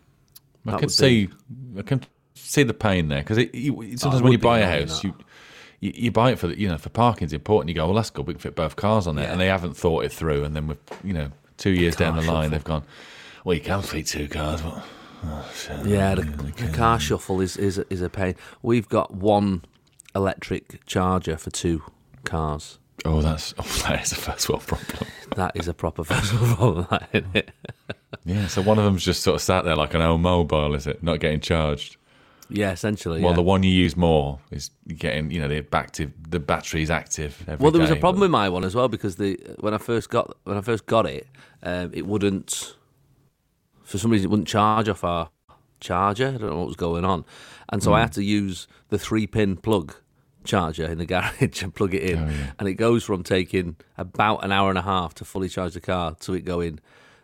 S2: That
S3: I can
S2: would Oh,
S3: see, I can see the pain there because you, sometimes
S2: it
S3: when
S2: would
S3: you
S2: be
S3: buy a
S2: annoying,
S3: house,
S2: that.
S3: you, you you buy it for the, you know for parking's important. You go, well, that's good. We can fit both cars on there,
S2: Yeah.
S3: and they haven't thought it through. And then with you know two years down
S2: Car
S3: the line, they've gone, well, you can fit two cars, but oh, shit.
S2: Yeah, the, the car shuffle is, is is a pain. We've got one electric charger for two cars.
S3: oh, that's oh, that is a first world problem.
S2: That is a proper festival problem, that, isn't it?
S3: Yeah, so one of them's just sort of sat there like an old mobile, is it? Not getting charged.
S2: Yeah, essentially.
S3: Well,
S2: yeah.
S3: the one you use more is getting, you know, the active, the battery's active. Every
S2: Well, there was a
S3: day,
S2: problem
S3: but-
S2: with my one as well because the when I first got when I first got it, um, it wouldn't for some reason it wouldn't charge off our charger. I don't know what was going on, and so I
S3: Hmm.
S2: had to use the three pin plug charger in the garage and plug it
S3: Oh,
S2: in, and it goes from taking about an hour and a half to fully charge the car to it going.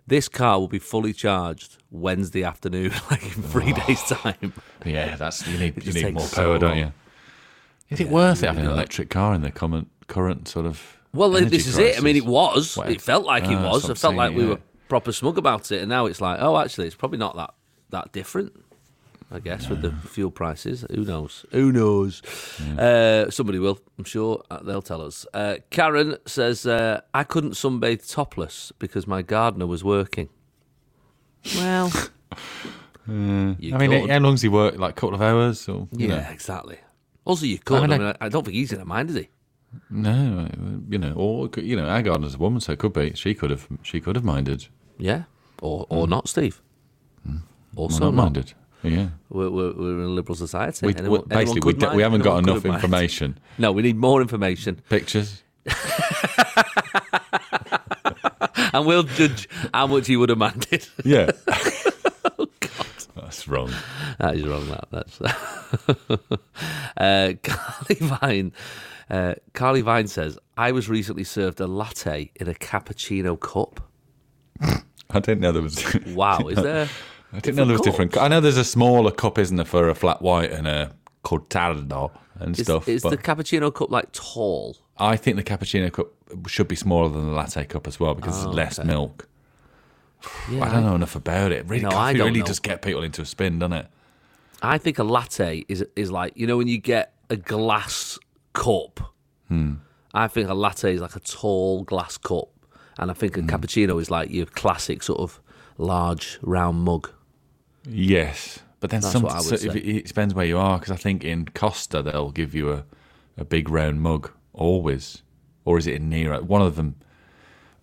S2: This car will be fully charged Wednesday afternoon, like in three days' time.
S3: Yeah, that's you need you
S2: just
S3: need
S2: takes
S3: more power,
S2: so
S3: don't
S2: long.
S3: you? Is it worth it having an electric car in the current current sort of?
S2: Well,
S3: energy
S2: this is it. I mean, it
S3: crisis?
S2: was.
S3: Well,
S2: it felt like
S3: ah,
S2: it
S3: that's
S2: was.
S3: what
S2: I
S3: I'm
S2: felt like
S3: saying,
S2: we
S3: yeah.
S2: were proper smug about it, and now it's like, oh, actually, it's probably not that that different. I guess with the fuel prices, who knows? Who knows? Uh, somebody will, I'm sure. uh, They'll tell us. Uh, Karen says uh, I couldn't sunbathe topless because my gardener was working. Well, you
S3: I mean,
S2: could.
S3: how long's he work? Like a couple of hours, or you
S2: yeah, exactly. Also, you could. I,
S3: mean,
S2: mean,
S3: I-
S2: I, I don't think he's in a mind, is he?
S3: know? No, you know, or it could- you know, our gardener's a woman, so it could be she could have she could have minded,
S2: Yeah, or or not, Steve. Also
S3: so Hmm. not
S2: not.
S3: minded. Yeah,
S2: We're, we're, we're in a liberal society.
S3: we,
S2: Anyone-
S3: we- basically
S2: anyone
S3: we,
S2: could
S3: d-
S2: mind,
S3: we haven't got
S2: anyone could
S3: enough
S2: mind.
S3: information.
S2: No, we need more information,
S3: Pictures.
S2: and we'll judge how much you would have minded.
S3: Yeah.
S2: Oh,
S3: That's wrong.
S2: that is Ah, wrong. That that's. uh, Carly Vine, uh, Carly Vine says, "I was recently served a latte in a cappuccino cup.
S3: I didn't know there was.
S2: Wow, is there?
S3: I didn't know there was different. I know there's a smaller cup, isn't there, for a flat white and a cortado and
S2: Is,
S3: stuff.
S2: is
S3: but
S2: the cappuccino cup like tall?
S3: I think the cappuccino cup should be smaller than the latte cup as well because there's less
S2: Oh,
S3: milk.
S2: Yeah,
S3: I don't know enough about it. Really,
S2: No, I
S3: coffee
S2: don't
S3: really
S2: know.
S3: does get people into a spin, doesn't it?
S2: I think a latte is is like you know when you get a glass cup.
S3: Hmm.
S2: I think a latte is like a tall glass cup, and I think
S3: Hmm.
S2: a cappuccino is like your classic sort of large round mug.
S3: Yes, but then
S2: That's
S3: some.
S2: what I would
S3: so if
S2: say.
S3: it, it depends where you are because I think in Costa they'll give you a, a big round mug always, or is it in Nero? One of them.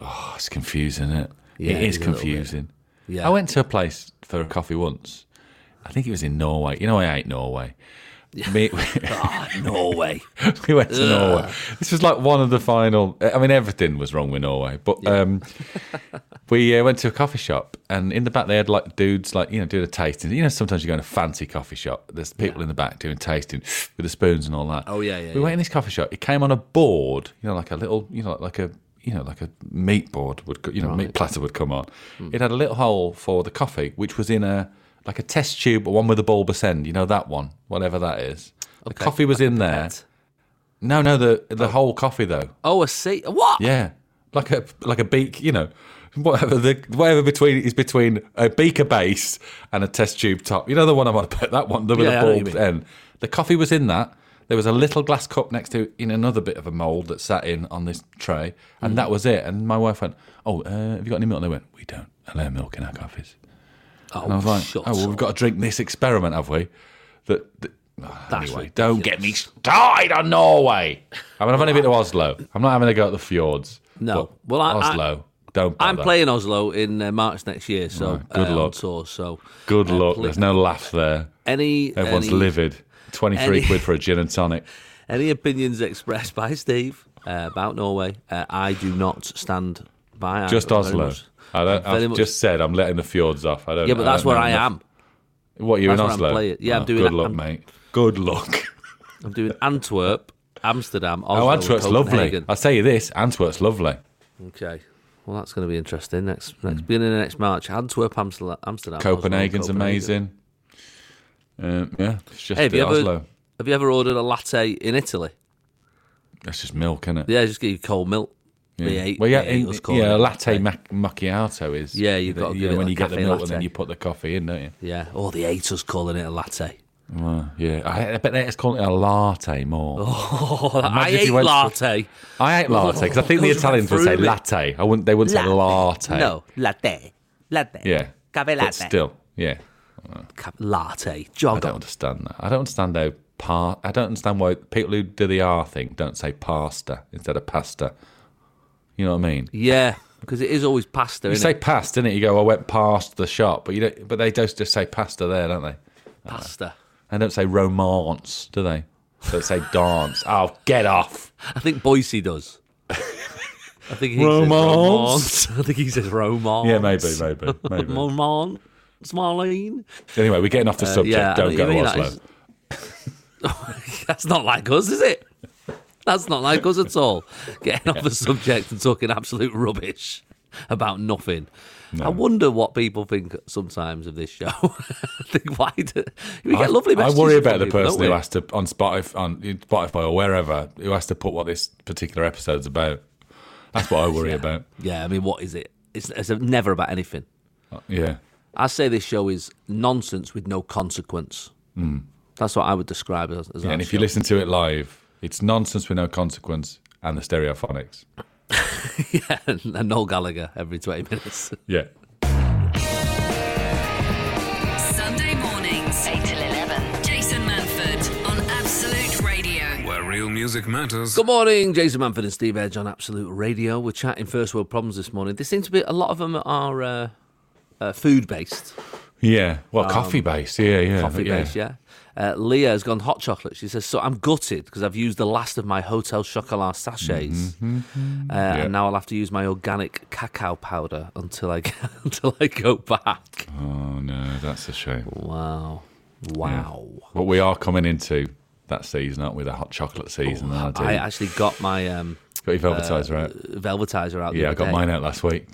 S3: Oh, it's confusing, isn't it?
S2: Yeah,
S3: it
S2: it is
S3: is
S2: a little bit.
S3: confusing.
S2: Yeah.
S3: I went to a place for a coffee once. I think it was in Norway. You know, I hate Norway. Me-
S2: Norway.
S3: we went to Norway. This was like one of the final. I mean, everything was wrong with Norway, but um, we uh, went to a coffee shop, and in the back they had like dudes, like you know, doing a tasting. You know, sometimes you go in a fancy coffee shop. There's people in the back doing tasting with the spoons and all that.
S2: Oh, yeah, yeah, yeah.
S3: We went in this coffee shop. It came on a board, you know, like a little, you know, like a. You know, like a meat board would, co- you know, meat platter would come on.
S2: Hmm.
S3: It had a little hole for the coffee, which was in a like a test tube, but one with a bulbous end. You know that one, whatever that is. The
S2: Okay,
S3: coffee was
S2: like a
S3: in there.
S2: pipette.
S3: No, no, the the whole coffee though.
S2: Oh, a seat. What?
S3: Yeah, like a like a beak, you know, whatever the whatever between is between a beaker base and a test tube top. You know the one I'm on about. That one, the with
S2: Yeah, I know
S3: the
S2: what you
S3: bulb
S2: mean.
S3: end. The coffee was in that. There was a little glass cup next to in another bit of a mold that sat in on this tray, and
S2: Mm.
S3: that was it. And my wife went, "Oh, uh, have you got any milk?" And they went, "We don't allow milk in our coffees."
S2: Oh,
S3: And I was like,
S2: shut
S3: "Oh, well,
S2: up.
S3: we've got to drink this experiment, have we?" That, that Ah,
S2: That's
S3: anyway, don't get me started on Norway. I mean, I've only been to Oslo. I'm not having a go at the fjords.
S2: No.
S3: but
S2: Well, I- I-
S3: Oslo. don't.
S2: I'm
S3: bother.
S2: playing Oslo in uh, March next year, so
S3: Right, good
S2: uh, on
S3: luck.
S2: tour. So
S3: Good
S2: uh,
S3: luck.
S2: pl-
S3: There's no laugh there.
S2: Any
S3: Everyone's
S2: any-
S3: livid. Twenty-three
S2: any-
S3: quid for a gin and tonic.
S2: Any opinions expressed by Steve uh, about Norway, uh, I do not stand by. I
S3: Just
S2: very
S3: Oslo.
S2: much-
S3: I don't,
S2: very
S3: I've
S2: much-
S3: just said I'm letting the fjords off. I don't.
S2: Yeah, but
S3: I
S2: that's
S3: don't
S2: where
S3: know
S2: I
S3: enough-
S2: am.
S3: What you in
S2: That's where I'm
S3: Oslo?
S2: playing. Yeah, I'm
S3: Oh,
S2: doing
S3: Good
S2: that.
S3: luck,
S2: I'm-
S3: mate. Good luck.
S2: I'm doing Antwerp, Amsterdam, Oslo,
S3: Oh, Antwerp's
S2: and Copenhagen.
S3: lovely. I'll tell you this, Antwerp's lovely.
S2: Okay. Well, that's going to be interesting. Next, next beginning of next March, Antwerp, Amsterdam, Amsterdam Oslo, and
S3: Hmm. Copenhagen's
S2: Copenhagen.
S3: amazing. Um, yeah, it's just
S2: Hey, have you ever
S3: Oslo.
S2: have you ever ordered a latte in Italy?
S3: That's just milk, isn't it?
S2: Yeah, just get you cold milk. V8,
S3: well, yeah,
S2: V8,
S3: in-
S2: let's call
S3: yeah,
S2: it.
S3: a latte mac- macchiato is.
S2: Yeah, you've got to
S3: you
S2: give
S3: know,
S2: it
S3: when
S2: a
S3: you get the
S2: cafe
S3: milk and
S2: latte.
S3: then you put the coffee in, don't you?
S2: Yeah. Oh, the haters calling it a latte.
S3: Wow, yeah, I, I bet they're just calling it a latte more.
S2: Oh, I
S3: Imagine if
S2: hate
S3: you went to-
S2: latte.
S3: I hate latte because I think the
S2: Goes right
S3: Italians would say
S2: through me.
S3: latte. I wouldn't. They wouldn't say latte.
S2: No, latte. Latte.
S3: Yeah.
S2: Cafe
S3: But
S2: latte.
S3: still, yeah.
S2: Ca- latte.
S3: I don't
S2: Jogger.
S3: understand that. I don't understand how par. I don't understand why people who do the R thing don't say pasta instead of pasta. You know what I mean?
S2: Yeah, because it is always pasta,
S3: You
S2: isn't
S3: say
S2: it?
S3: past, didn't it? You go, I went past the shop, but you don't. But they just just say pasta there, don't they?
S2: Pasta.
S3: They don't say romance, do they? They say dance. Oh, get off!
S2: I think Boise does. I think he
S3: Romance.
S2: says romance. I think he says romance.
S3: Yeah, maybe, maybe, maybe.
S2: Romance. Marlene.
S3: anyway, we're getting off the subject.
S2: Uh, yeah, I
S3: don't
S2: know
S3: go
S2: what you mean,
S3: to Oslo.
S2: that is- That's not like us, is it? That's not like us at all. Getting off the subject and talking absolute rubbish about nothing. I wonder what people think sometimes of this show. I think why do we get
S3: I-
S2: lovely
S3: I
S2: messages?
S3: worry
S2: from
S3: about the
S2: people,
S3: person
S2: don't
S3: who
S2: we?
S3: has to on Spotify, on Spotify or wherever who has to put what this particular episode's about. That's what I worry about.
S2: Yeah, I mean, what is it? It's, it's never about anything.
S3: Yeah,
S2: I say this show is nonsense with no consequence. That's what I would describe as. as
S3: Hmm. and
S2: our
S3: if you
S2: show.
S3: listen to it live, it's nonsense with no consequence and the stereophonics.
S2: yeah, and Noel Gallagher every twenty minutes.
S3: Yeah.
S1: Sunday mornings, 8 till 11. Jason Manford on Absolute Radio.
S4: Where real music matters.
S2: Good morning, Jason Manford and Steve Edge on Absolute Radio. We're chatting first world problems this morning. There seems to be a lot of them are uh, uh, food based,
S3: Yeah. Well, coffee based. Yeah, yeah.
S2: Um, coffee based. Yeah. Uh, Leah has gone hot chocolate. She says, "So I'm gutted because I've used the last of my hotel chocolat sachets,
S3: Mm-hmm,
S2: uh, and now I'll have to use my organic cacao powder until I until I go back."
S3: Oh, no, that's a shame.
S2: Wow, wow.
S3: But we are coming into that season, aren't we? The hot chocolate season. I, do.
S2: Oh, I actually got my um,
S3: got your velvetizer out.
S2: velvetizer out. the
S3: Yeah, I
S2: other
S3: got
S2: day.
S3: mine out last week.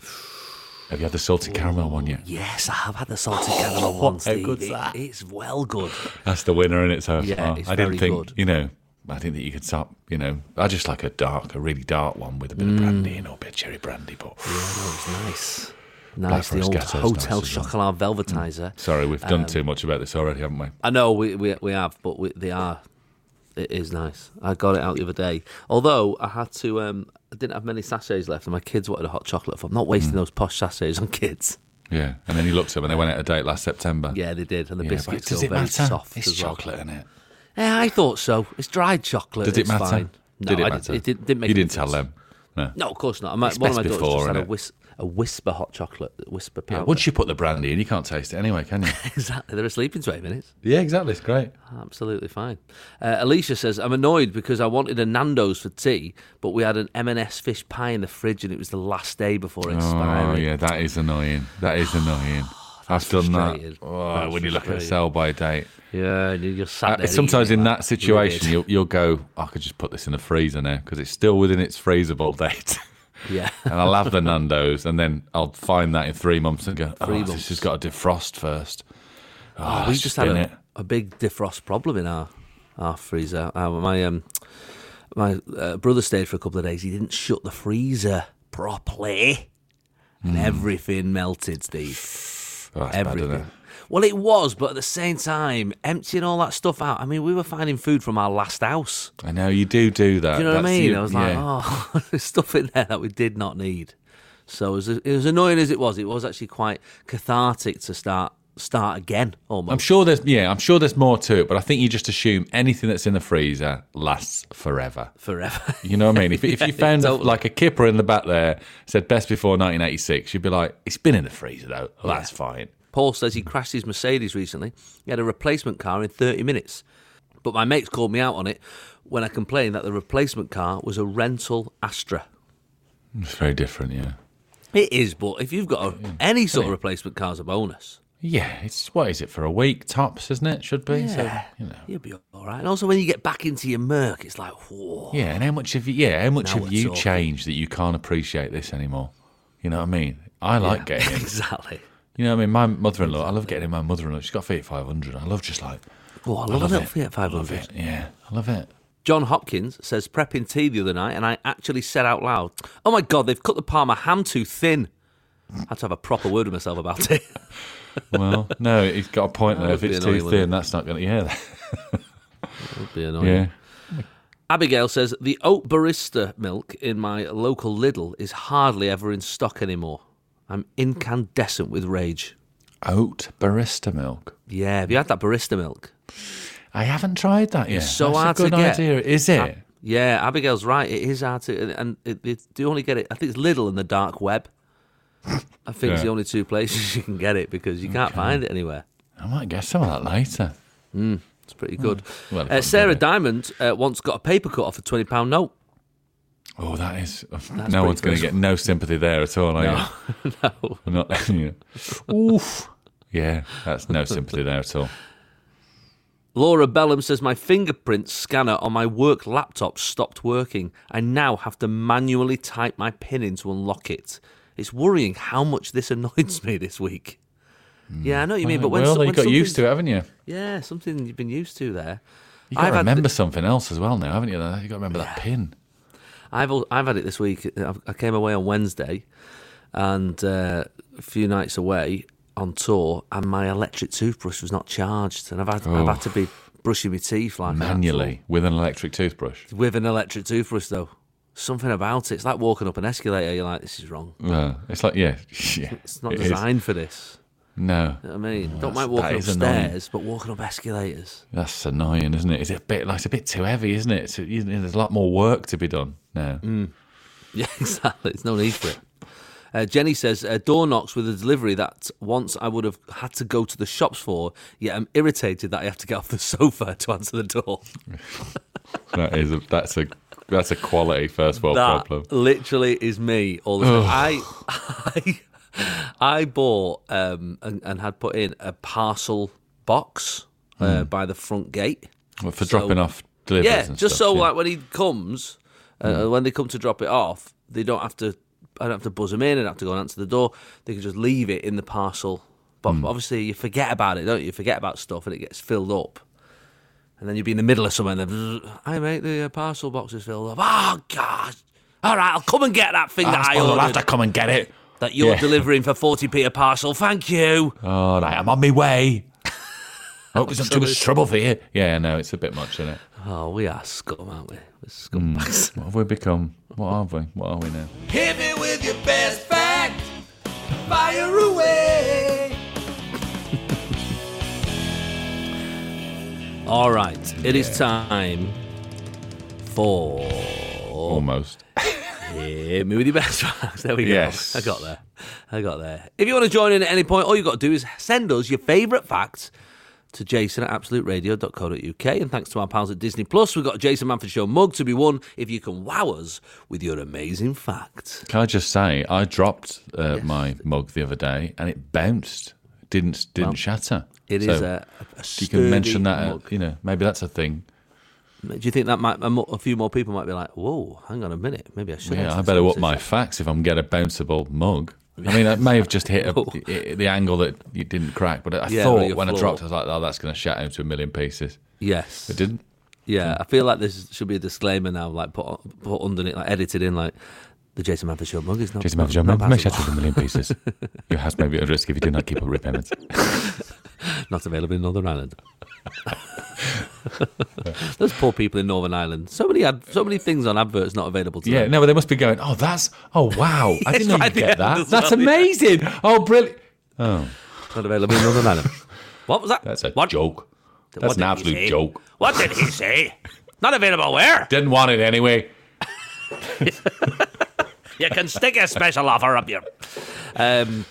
S3: Have you had the salted caramel one yet?
S2: Yes, I have had the salted caramel once.
S3: how good's that?
S2: It's well good.
S3: That's the winner in it so
S2: Yeah,
S3: far.
S2: it's
S3: I didn't
S2: very
S3: think
S2: good.
S3: you know. I didn't think you could stop. You know, I just like a dark, a really dark one with a
S2: Mm.
S3: bit of brandy and or a bit of cherry brandy. But
S2: It's nice. Nice, the
S3: Forest
S2: old
S3: Ghetto's
S2: Hotel
S3: nice as well.
S2: Chocolat Velvetizer.
S3: sorry, we've done
S2: Um,
S3: too much about this already, haven't we?
S2: I know we, we, we have, but we, they are. It is nice. I got it out the other day. Although I had to, um, I didn't have many sachets left, and my kids wanted a hot chocolate. For I'm not
S3: Mm.
S2: wasting those posh sachets on kids.
S3: Yeah. And then he looked up and they went out of date last September.
S2: Yeah, they did, and the
S3: Yeah, but
S2: biscuits are
S3: does it
S2: very
S3: matter?
S2: soft
S3: It's
S2: as well.
S3: chocolate, isn't it?
S2: Yeah, Eh, I thought so. It's dried chocolate.
S3: Does it
S2: it's
S3: matter?
S2: Fine. No,
S3: Did it
S2: I
S3: matter?
S2: Did, it did, didn't make
S3: you
S2: a
S3: didn't tell
S2: difference.
S3: them. No.
S2: No, of course not. My,
S3: It's
S2: one of my
S3: best
S2: daughters
S3: before,
S2: just had a,
S3: innit?
S2: whis- a whisper hot chocolate, a whisper powder.
S3: Yeah, once you put the brandy in, you can't taste it anyway, can you?
S2: Exactly. They're asleep in 20 minutes.
S3: yeah, exactly. It's great.
S2: Absolutely fine. Uh, Alicia says, I'm annoyed because I wanted a Nando's for tea, but we had an M&S fish pie in the fridge and it was the last day before
S3: Oh,
S2: expiring.
S3: yeah, that is annoying. That is annoying. I've done that.
S2: frustrating.
S3: Oh,
S2: That's
S3: when you look at a
S2: frustrating.
S3: sell by date.
S2: Yeah, and you just sat
S3: Uh,
S2: there.
S3: sometimes
S2: eating
S3: in
S2: it
S3: that
S2: like
S3: situation,
S2: weird.
S3: you'll, you'll go, I could just put this in the freezer now because it's still within its freezable date.
S2: Yeah.
S3: and I'll have the Nando's and then I'll find that in three months and go, oh,
S2: Three
S3: this
S2: months.
S3: has got to defrost first. Oh,
S2: we
S3: it's
S2: just
S3: been
S2: had
S3: it.
S2: a, a big defrost problem in our our freezer. Uh, my um, my uh, brother stayed for a couple of days. He didn't shut the freezer properly, and everything melted, Steve.
S3: Oh, Hmm. that's bad, isn't
S2: Everything.
S3: it?
S2: well, it was, but at the same time, emptying all that stuff out. I mean, we were finding food from our last house.
S3: I know, you do do that.
S2: Do you know what I
S3: That's
S2: mean?
S3: you-
S2: I was like,
S3: yeah.
S2: oh, there's stuff in there that we did not need. So as, as annoying as it was, it was actually quite cathartic to start start again almost.
S3: I'm sure there's yeah, I'm sure there's more to it, but I think you just assume anything that's in the freezer lasts forever.
S2: forever.
S3: You know what I mean? If, if you
S2: Yeah,
S3: found
S2: totally.
S3: like a kipper in the back there said best before 1986, you'd be like, it's been in the freezer though. That's fine.
S2: Paul says he crashed his Mercedes recently. He had a replacement car in 30 minutes. But my mates called me out on it when I complained that the replacement car was a rental Astra.
S3: It's very different, yeah.
S2: It is, but if you've got a, any sort of replacement car as a bonus,
S3: Yeah, it's what is it for a week tops, isn't it? Should be.
S2: Yeah.
S3: So, you know.
S2: You'll be all right. And also, when you get back into your murk, it's like, whoa.
S3: Yeah, and how much have you? Yeah, how much
S2: Now
S3: have
S2: we're
S3: you
S2: talking.
S3: changed that you can't appreciate this anymore? You know what I mean? I like getting it.
S2: exactly.
S3: You know what I mean? My mother-in-law, I love getting in my mother-in-law. She's got Fiat 500. I love just like,
S2: Oh, I
S3: I
S2: love,
S3: love
S2: a little
S3: it.
S2: Fiat
S3: I love
S2: 500.
S3: it. Yeah, I love it.
S2: John Hopkins says prepping tea the other night, and I actually said out loud, "Oh my god, they've cut the parma ham too thin." I had to have a proper word with myself about it.
S3: Well, no, he's got a point there.
S2: That
S3: If
S2: would be
S3: it's
S2: annoying,
S3: too
S2: wouldn't
S3: thin, that's not going to. Yeah,
S2: That'd be annoying.
S3: yeah.
S2: Abigail says the oat barista milk in my local Lidl is hardly ever in stock anymore. I'm incandescent with rage.
S3: Oat barista milk.
S2: Yeah, have you had that barista milk?
S3: I haven't tried that yet.
S2: so
S3: that's
S2: hard
S3: a
S2: to
S3: good
S2: get. Uh,
S3: idea, is it?
S2: Yeah, Abigail's right. It is hard to, and it, it, you only get it. I think it's Lidl and the dark web. I think it's
S3: Yeah.
S2: the only two places you can get it because you can't find it anywhere.
S3: I might get some of that later.
S2: It's pretty good.
S3: Well, if
S2: uh,
S3: I'm
S2: Sarah
S3: ready.
S2: Diamond uh, once got a paper cut off a twenty pound note.
S3: Oh, that is.
S2: pretty
S3: no one's going to
S2: crisp.
S3: get no sympathy there at all, are you?
S2: no,
S3: I'm not. You know. Oof. Yeah, that's no sympathy there at all.
S2: Laura Bellum says my fingerprint scanner on my work laptop stopped working. I now have to manually type my pin in to unlock it. It's worrying how much this annoys me this week. Yeah, I know what you mean, but when,
S3: Hmm. well,
S2: so-
S3: you
S2: when
S3: got
S2: something's-
S3: used to it, haven't you?
S2: yeah, something you've been used to there.
S3: You got
S2: I've
S3: to
S2: had
S3: remember something else as well now, haven't you? You got to remember that pin.
S2: I've al- I've had it this week. Uh, I've- I came away on Wednesday, and uh, a few nights away on tour, and my electric toothbrush was not charged, and I've had I've had to be brushing my teeth like that.
S3: Oh. Manually with an electric toothbrush.
S2: with an electric toothbrush though. Something about it. It's like walking up an escalator. You're like, this is wrong.
S3: Uh, it's like yeah, yeah.
S2: Mm. It's not
S3: it is.
S2: designed for this.
S3: No,
S2: You know what I mean, don't mind
S3: that
S2: walking
S3: is annoying.
S2: upstairs, but walking up escalators.
S3: that's annoying, isn't it? It's a bit like it's a bit too heavy, isn't it? It's, you know, there's a lot more work to be done now.
S2: Mm. Yeah, exactly. There's no need for it. Uh, Jenny says, uh, door knocks with a delivery that once I would have had to go to the shops for, yet I'm irritated that I have to get off the sofa to answer the door.
S3: That is a, that's a that's a quality first world
S2: that
S3: problem.
S2: literally is me all the time. I, I, I bought um, and, and had put in a parcel box uh, by the front gate.
S3: Well, for
S2: So-
S3: dropping off deliveries.
S2: yeah,
S3: and
S2: just
S3: stuff,
S2: so
S3: yeah. Hmm.
S2: like when he comes, uh, when they come to drop it off, they don't have to. I don't have to buzz them in. I don't have to go and answer the door. They can just leave it in the parcel. But
S3: Hmm.
S2: obviously, you forget about it, don't you? You forget about stuff, and it gets filled up. And then you'd be in the middle of somewhere, and then, hey mate, the uh, parcel box is filled up. Oh gosh! All right, I'll come and get that thing
S3: Ah,
S2: that I
S3: suppose I'll have
S2: ordered
S3: to come and get it.
S2: that you're
S3: Yeah. Uh-huh.
S2: delivering for forty p a parcel. Thank you.
S3: All right, I'm on my way. I hope it's not too much trouble for you. Yeah, no, it's a bit much, isn't it?
S2: Oh, we are scum, aren't we? We're
S3: Hmm.
S2: scumbags.
S3: What have we become? What are we? What are we now?
S5: Hit me with your best fact. Fire away.
S2: All right, it is time for Oh.
S3: Almost.
S2: Hit Me With Your Best Facts. There we go.
S3: Yes.
S2: I got there. I got there. If you want to join in at any point, all you've got to do is send us your favourite facts to jason at absoluteradio.co.uk. And thanks to our pals at Disney Plus, we've got a Jason Manford Show mug to be won if you can wow us with your amazing fact.
S3: Can I just say, I dropped uh, my mug the other day and it bounced. Didn't didn't shatter.
S2: It is
S3: So
S2: a, a
S3: You can mention
S2: sturdy
S3: that. uh,
S2: mug.
S3: you know, maybe that's a thing.
S2: Do you think that might a, mo- a few more people might be like, whoa, hang on a minute, maybe I should.
S3: Yeah,
S2: enter
S3: I
S2: this
S3: better up my
S2: competition."
S3: facts if I'm getting a bounceable mug. I mean, I may have just hit
S2: Whoa.
S3: a, i- the angle that it didn't crack, but I
S2: Oh. Yeah, well,
S3: thought
S2: you're
S3: when I
S2: floored.
S3: dropped, I was like, "Oh, that's going to shatter into a million pieces."
S2: Yes,
S3: It didn't.
S2: Yeah, I feel like this should be a disclaimer now, like put put underneath, like edited in, like the Jason Manford Show mug is not.
S3: Jason
S2: not-
S3: Manager,
S2: not
S3: may
S2: passable-
S3: shatter into a million pieces. Your house may be at risk if you do not keep up repayments.
S2: not available in Northern Ireland. Those poor people in Northern Ireland. So many ad, so many things on adverts not available to
S3: Yeah,
S2: them.
S3: no, but they must be going. Oh, that's. Oh, wow! I didn't know
S2: right
S3: you
S2: at the
S3: get
S2: end
S3: that.
S2: as
S3: That's
S2: well, yeah.
S3: amazing. Oh, brilliant.
S2: Not available in Northern Ireland. What was that?
S3: That's a
S2: what,
S3: joke.
S2: what
S3: That's an
S2: did he
S3: absolute
S2: say?
S3: joke.
S2: What did he say? not available where?
S3: Didn't want it anyway.
S2: You can stick a special offer up your. Um,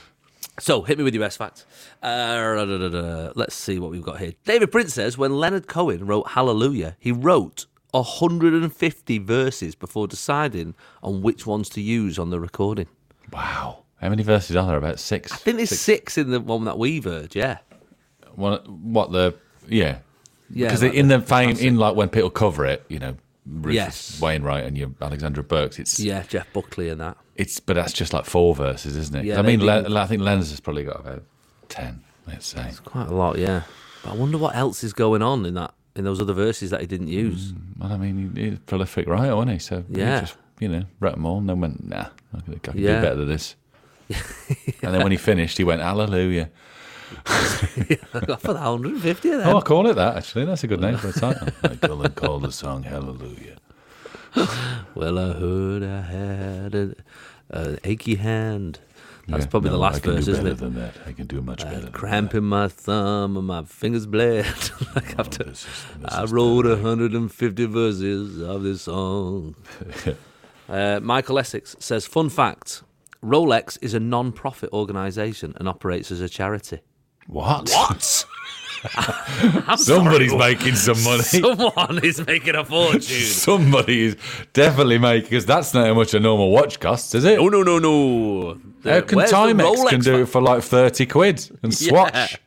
S2: so hit me with your best fact. Uh, da, da, da, da. let's see what we've got here. David Prince says when Leonard Cohen wrote Hallelujah, he wrote 150 verses before deciding on which ones to use on the recording.
S3: Wow, How many verses are there? About six.
S2: I think there's six, in the one that we've heard. Yeah,
S3: What, what the? Yeah.
S2: yeah.
S3: Because
S2: like
S3: in
S2: the-
S3: the fame, in like when people cover it, you know, Rufus
S2: Yes.
S3: Wainwright and your Alexandra Burks, it's
S2: yeah, Jeff Buckley and that.
S3: it's but that's just like four verses, isn't it?
S2: Yeah,
S3: 'Cause I mean,
S2: they
S3: Le-
S2: do.
S3: I think Lenz has probably got about ten. Let's say.
S2: Quite a lot, yeah. But I wonder what else is going on in that in those other verses that he didn't use.
S3: Well, I mean, he- he's a prolific writer, wasn't he? So
S2: Yeah.
S3: he just you know wrote them all, and then went, nah, I can, I can
S2: Yeah.
S3: do better than this. And then when he finished, he went, Hallelujah.
S2: Got for the 150 then.
S3: Oh, I'll call it that, actually. That's a good name for a title. I call and call the song Hallelujah.
S2: Well, I heard I had a- an achy hand. That's
S3: Yeah,
S2: probably
S3: no,
S2: the
S3: I
S2: last
S3: can
S2: verse,
S3: do
S2: isn't
S3: better
S2: it? Uh,
S3: than that. I can do much better. than
S2: Cramp in my thumb and my fingers bled. like
S3: that.
S2: after
S3: Oh, This is- this
S2: I
S3: is
S2: wrote
S3: terrible.
S2: 150 verses of this song. Uh, Michael Essex says, "Fun fact: Rolex is a non-profit organisation and operates as a charity."
S3: What?
S2: What? I'm
S3: Somebody's
S2: sorry.
S3: making some money.
S2: Someone is making a fortune.
S3: Somebody is definitely making because that's not how much a normal watch costs, is it?
S2: Oh no no no! Uh,
S3: How can
S2: Where's the
S3: Timex
S2: Rolex
S3: can do it for like thirty quid and Swatch? If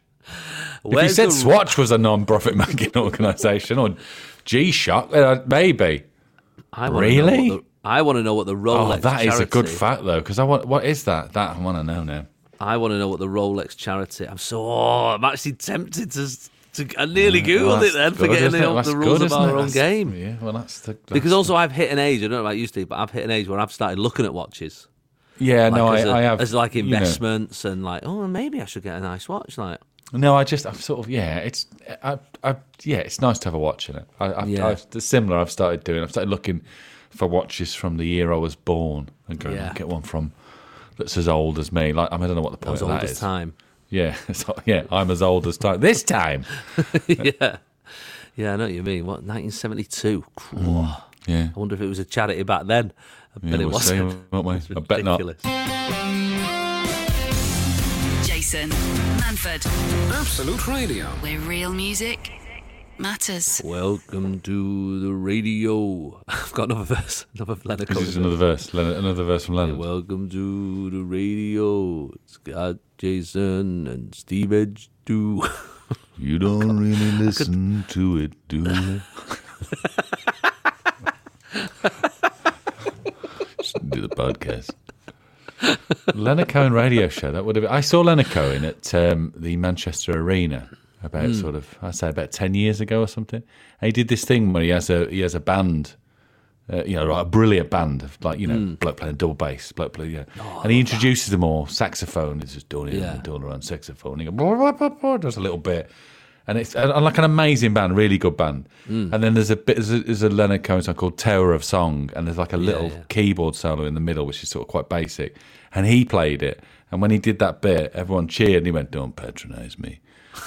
S3: you
S2: Where's
S3: said
S2: the-
S3: Swatch was a non-profit making organisation or G-Shock, then I'd- maybe.
S2: I wanna know
S3: Really?
S2: what the- I want to know what the
S3: Oh,
S2: Rolex.
S3: that is a good
S2: charity-
S3: fact though, because I want. What is that? That I want to know now.
S2: I want to know what the Rolex charity. I'm so. Oh, I'm actually tempted to. to I nearly googled
S3: Well,
S2: it then,
S3: that's good,
S2: forgetting
S3: isn't it?
S2: the,
S3: That's
S2: the rules
S3: good,
S2: of
S3: isn't
S2: our
S3: it?
S2: own
S3: That's-
S2: game.
S3: Yeah, well, that's the that's
S2: Because also, I've hit an age. I don't know about you, Steve, but I've hit an age where I've started looking at watches.
S3: yeah.
S2: Like
S3: no, I
S2: as a-
S3: I have
S2: as like
S3: you know.
S2: investments and like, oh, maybe I should get a nice watch. Like,
S3: No, I just I've sort of yeah, it's I, I yeah, it's nice to have a watch in it. I, I,
S2: Yeah.
S3: I've, the similar I've started doing. I've started looking for watches from the year I was born and going
S2: Yeah.
S3: get one from that's as old as me. Like I, mean, I don't know what the
S2: I
S3: point
S2: was
S3: of
S2: old
S3: that
S2: as
S3: is.
S2: time.
S3: Yeah, so, yeah, I'm as old as time. This time,
S2: yeah, yeah, I know what you mean. What 1972? Cr-
S3: yeah.
S2: I wonder if it was a charity back then. I bet
S3: Mm. Yeah,
S2: it
S3: we'll see,
S2: wasn't.
S3: won't we?
S2: It's
S3: I bet not.
S2: ridiculous.
S1: Jason Manford,
S4: Absolute Radio.
S1: where real music matters.
S2: Welcome to the radio. I've got another verse. Another Leonard
S3: This
S2: Cohen
S3: is
S2: verse.
S3: another verse. Leonard, another verse from Leonard.
S2: Welcome to the radio. It's got Jason and Steve Edge too.
S3: you don't really listen to it, do you? Just do the podcast. Leonard Cohen radio show. That would have. Been, I saw Leonard Cohen at um, the Manchester Arena about sort of I would say about ten years ago or something. And he did this thing where he has a he has a band. Uh, you know, like a brilliant band of like you know, bloke playing double bass, bloke playing, you know, and he introduces them all. Saxophone is just doing it
S2: Yeah.
S3: and doing around saxophone. He goes, blah, blah, blah, blah, does a little bit, and it's and like an amazing band, really good band.
S2: Mm.
S3: And then there's a bit there's a, there's a Leonard Cohen song called Tower of Song, and there's like a little
S2: yeah.
S3: keyboard solo in the middle, which is sort of quite basic. And he played it, and when he did that bit, everyone cheered, and he went, "Don't patronise me."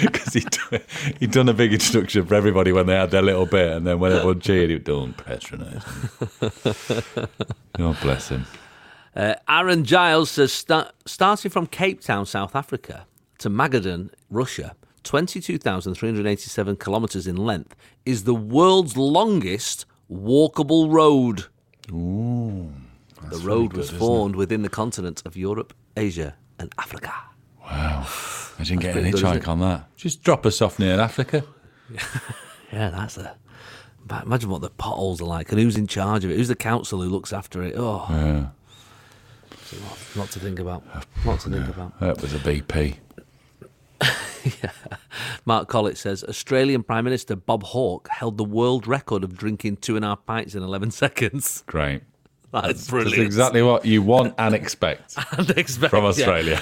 S3: Because he he'd done a big introduction for everybody when they had their little bit, and then when everyone cheered, he went, "Don't patronise me." God bless him.
S2: Uh, Aaron Giles says Sta starting from Cape Town, South Africa, to Magadan, Russia, 22,387 kilometres in length, is the world's longest walkable road. Ooh, the road was formed within the continents of Europe, Asia, and Africa.
S3: Imagine getting a
S2: pretty good, isn't
S3: hitchhike
S2: it?
S3: on that. Just drop us off near Africa.
S2: Yeah, that's a. but Imagine what the potholes are like, and who's in charge of it? Who's the council who looks after it? Oh,
S3: Yeah,
S2: not to think about. Not to think about.
S3: that was a BP.
S2: Mark Collett says Australian Prime Minister Bob Hawke held the world record of drinking two and a half pints in 11 seconds.
S3: Great.
S2: That's
S3: That's
S2: brilliant.
S3: exactly what you want and expect
S2: Unexpected.
S3: from
S2: Yeah.
S3: Australia.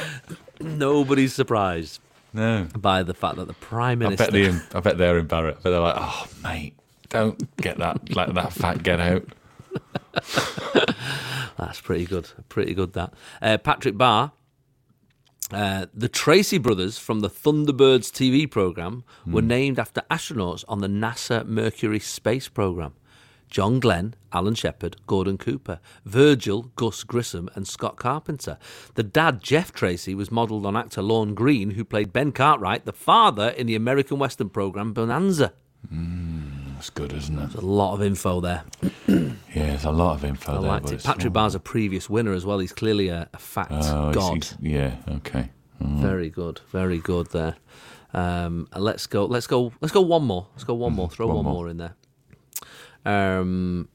S2: Nobody's surprised
S3: No,
S2: by the fact that the Prime
S3: I
S2: Minister.
S3: bet, they, I bet they're embarrassed. But they're like, oh, mate, don't get that, let that fat get out.
S2: That's pretty good. Pretty good, that. Uh, Patrick Barr. Uh, the Tracy brothers from the Thunderbirds TV program were
S3: Hmm.
S2: named after astronauts on the NASA Mercury space program. John Glenn, Alan Shepard, Gordon Cooper, Virgil, Gus Grissom, and Scott Carpenter. The dad, Jeff Tracy, was modelled on actor Lorne Green, who played Ben Cartwright, the father in the American Western program Bonanza.
S3: That's good, isn't it?
S2: A lot of info there.
S3: Yeah, there's a lot of info
S2: I
S3: there.
S2: liked
S3: but
S2: it.
S3: it's-
S2: Patrick Barr's a previous winner as well. He's clearly a, a fact
S3: Oh, it's-
S2: god.
S3: it's- yeah, okay.
S2: Very good, very good there. Um, and let's go. Let's go. Let's go one more. Let's go one more. Throw
S3: Mm-hmm. one
S2: one,
S3: more.
S2: more in there. Um,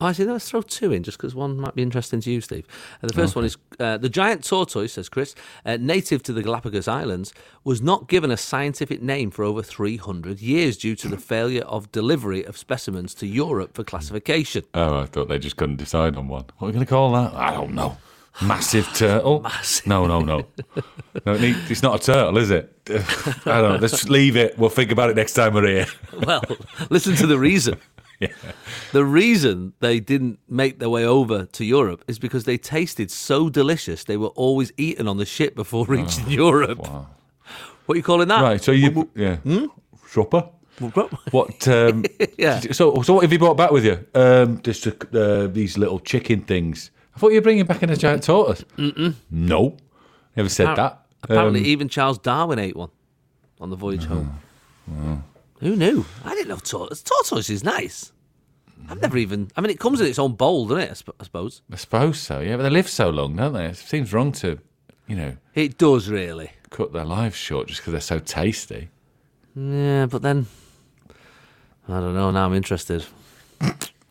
S2: oh, actually, no, let's throw two in just because one might be interesting to you, Steve. Uh, the first one is uh, the giant tortoise, says Chris, uh, native to the Galapagos Islands, was not given a scientific name for over 300 years due to the failure of delivery of specimens to Europe for classification.
S3: Oh, I thought they just couldn't decide on one. What are we going to call that? I don't know. Massive turtle?
S2: Massive.
S3: No, no, no. no it need, it's not a turtle, is it? I don't know. Let's just leave it. We'll think about it next time we're here.
S2: well, listen to the reason. The reason they didn't make their way over to Europe is because they tasted so delicious they were always eaten on the ship before reaching Europe.
S3: Oh, wow.
S2: What are you calling that?
S3: Right, so you... Yeah.
S2: hmm?
S3: Shopper? What? Um,
S2: Yeah.
S3: So, so what have you brought back with you? Um, just a, uh, these little chicken things. I thought you were bringing back in a giant tortoise. Mm-mm. No, never said that.
S2: Apparently,
S3: Um, Uh-huh.
S2: even Charles Darwin ate one on the voyage home. Who knew? I didn't know tortoise. Tortoise is nice. I've never even. I mean, it comes in its own bowl, doesn't it? I sp- I suppose
S3: I suppose so. Yeah, but they live so long, don't they? It seems wrong to, you know,
S2: it does really.
S3: cut their lives short just because they're so tasty.
S2: Yeah, but then I don't know. Now I'm interested.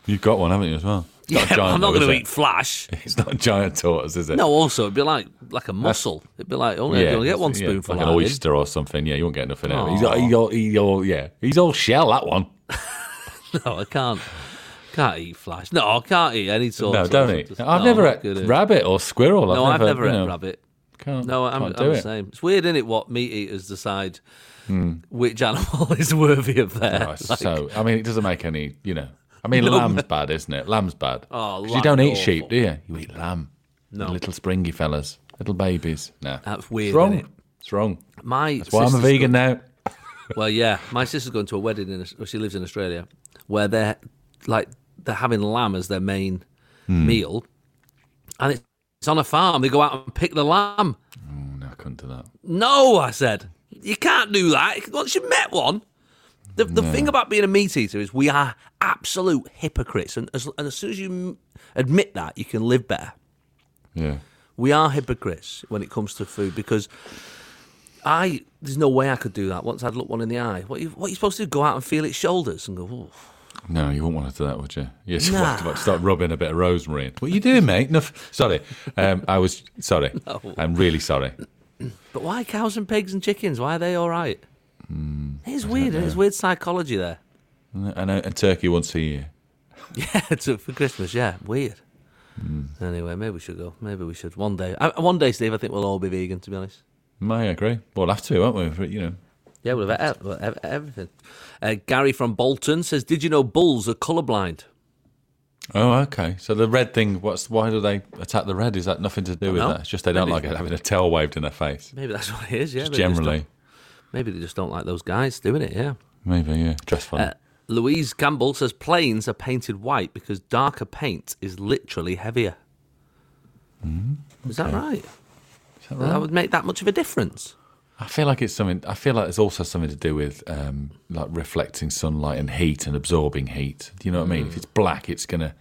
S3: You've got one, haven't you, as well? It's
S2: Yeah,
S3: not a giant,
S2: I'm not
S3: though,
S2: going to
S3: is
S2: eat flash.
S3: it? It's not a giant tortoise, is it?
S2: No, also it'd be like like a mussel. It'd be like only you only get one
S3: yeah,
S2: spoonful.
S3: like an
S2: out of it.
S3: oyster or something. Yeah, you won't get nothing out. of it. He's,
S2: Aw.
S3: he's all, he's all, yeah, he's all shell. That one.
S2: No, I can't. Can't eat flash. No, I can't eat any sort.
S3: No,
S2: of-
S3: don't eat.
S2: just-
S3: I've
S2: no,
S3: never
S2: I'm Oh, not
S3: ate
S2: gonna-
S3: rabbit or squirrel.
S2: No, I've never
S3: you
S2: ate
S3: know,
S2: rabbit.
S3: Can't,
S2: No, I'm,
S3: can't
S2: I'm the
S3: do it. Hmm.
S2: same. It's weird, isn't it? What meat eaters decide which animal is worthy of their.
S3: Oh, it's so I mean, it doesn't make any. You know, I mean,
S2: No.
S3: lamb's bad, isn't it? Lamb's bad.
S2: Oh,
S3: 'Cause you
S2: lamb's
S3: don't eat
S2: awful.
S3: sheep, do you? You eat lamb. No, little springy fellas, little babies. No,
S2: That's weird,
S3: It's wrong.
S2: isn't it?
S3: It's wrong.
S2: my
S3: That's why I'm a
S2: sister's
S3: vegan now.
S2: Well, yeah, my sister's going to a wedding in. Aus- She lives in Australia, where they're like they're having lamb as their main meal, and it's, it's on a farm. They go out and pick the lamb.
S3: Oh, no, I couldn't do that.
S2: No, I said, you can't do that. Once you've met one, the, the thing about being a meat eater is we are absolute hypocrites, and as, and as soon as you m- admit that, you can live better
S3: Yeah.
S2: we are hypocrites when it comes to food because I there's no way I could do that once I'd look one in the eye. What you, what are you supposed to do? Go out and feel its shoulders and go, oh,
S3: No, you wouldn't want to do that, would you? You just
S2: Nah.
S3: want to like, start rubbing a bit of rosemary. in. What are you doing, mate? No, f- sorry. Um, I was sorry. I'm really sorry.
S2: but why cows and pigs and chickens? Why are they all right? it's weird. It's weird psychology there.
S3: And, and turkey once a year.
S2: Yeah, to, for Christmas. Yeah, weird. Hmm. Anyway, maybe we should go. Maybe we should one day. I, one day, Steve. I think we'll all be vegan. To be honest.
S3: I agree. We'll have to, won't we? For, you know,
S2: Yeah, we'll have e- we'll have everything. Uh, Gary from Bolton says, "Did you know bulls are colourblind?"
S3: Oh, okay. So the red thing, what's why do they attack the red? Is that nothing to do with
S2: know.
S3: that? It's just they don't
S2: Maybe.
S3: like it having a tail waved in their face.
S2: Maybe that's what it is. Yeah, they just don't-
S3: Generally,
S2: maybe they just don't like those guys doing it. Yeah.
S3: maybe yeah. Dress funny.
S2: Uh, Louise Campbell says planes are painted white because darker paint is literally heavier. Is that right?
S3: Hmm, Is that
S2: That,
S3: right?
S2: would make that much of a difference.
S3: I feel like it's something. I feel like it's also something to do with um, like reflecting sunlight and heat and absorbing heat. Do you know what I mean?
S2: Mm.
S3: If it's black, it's gonna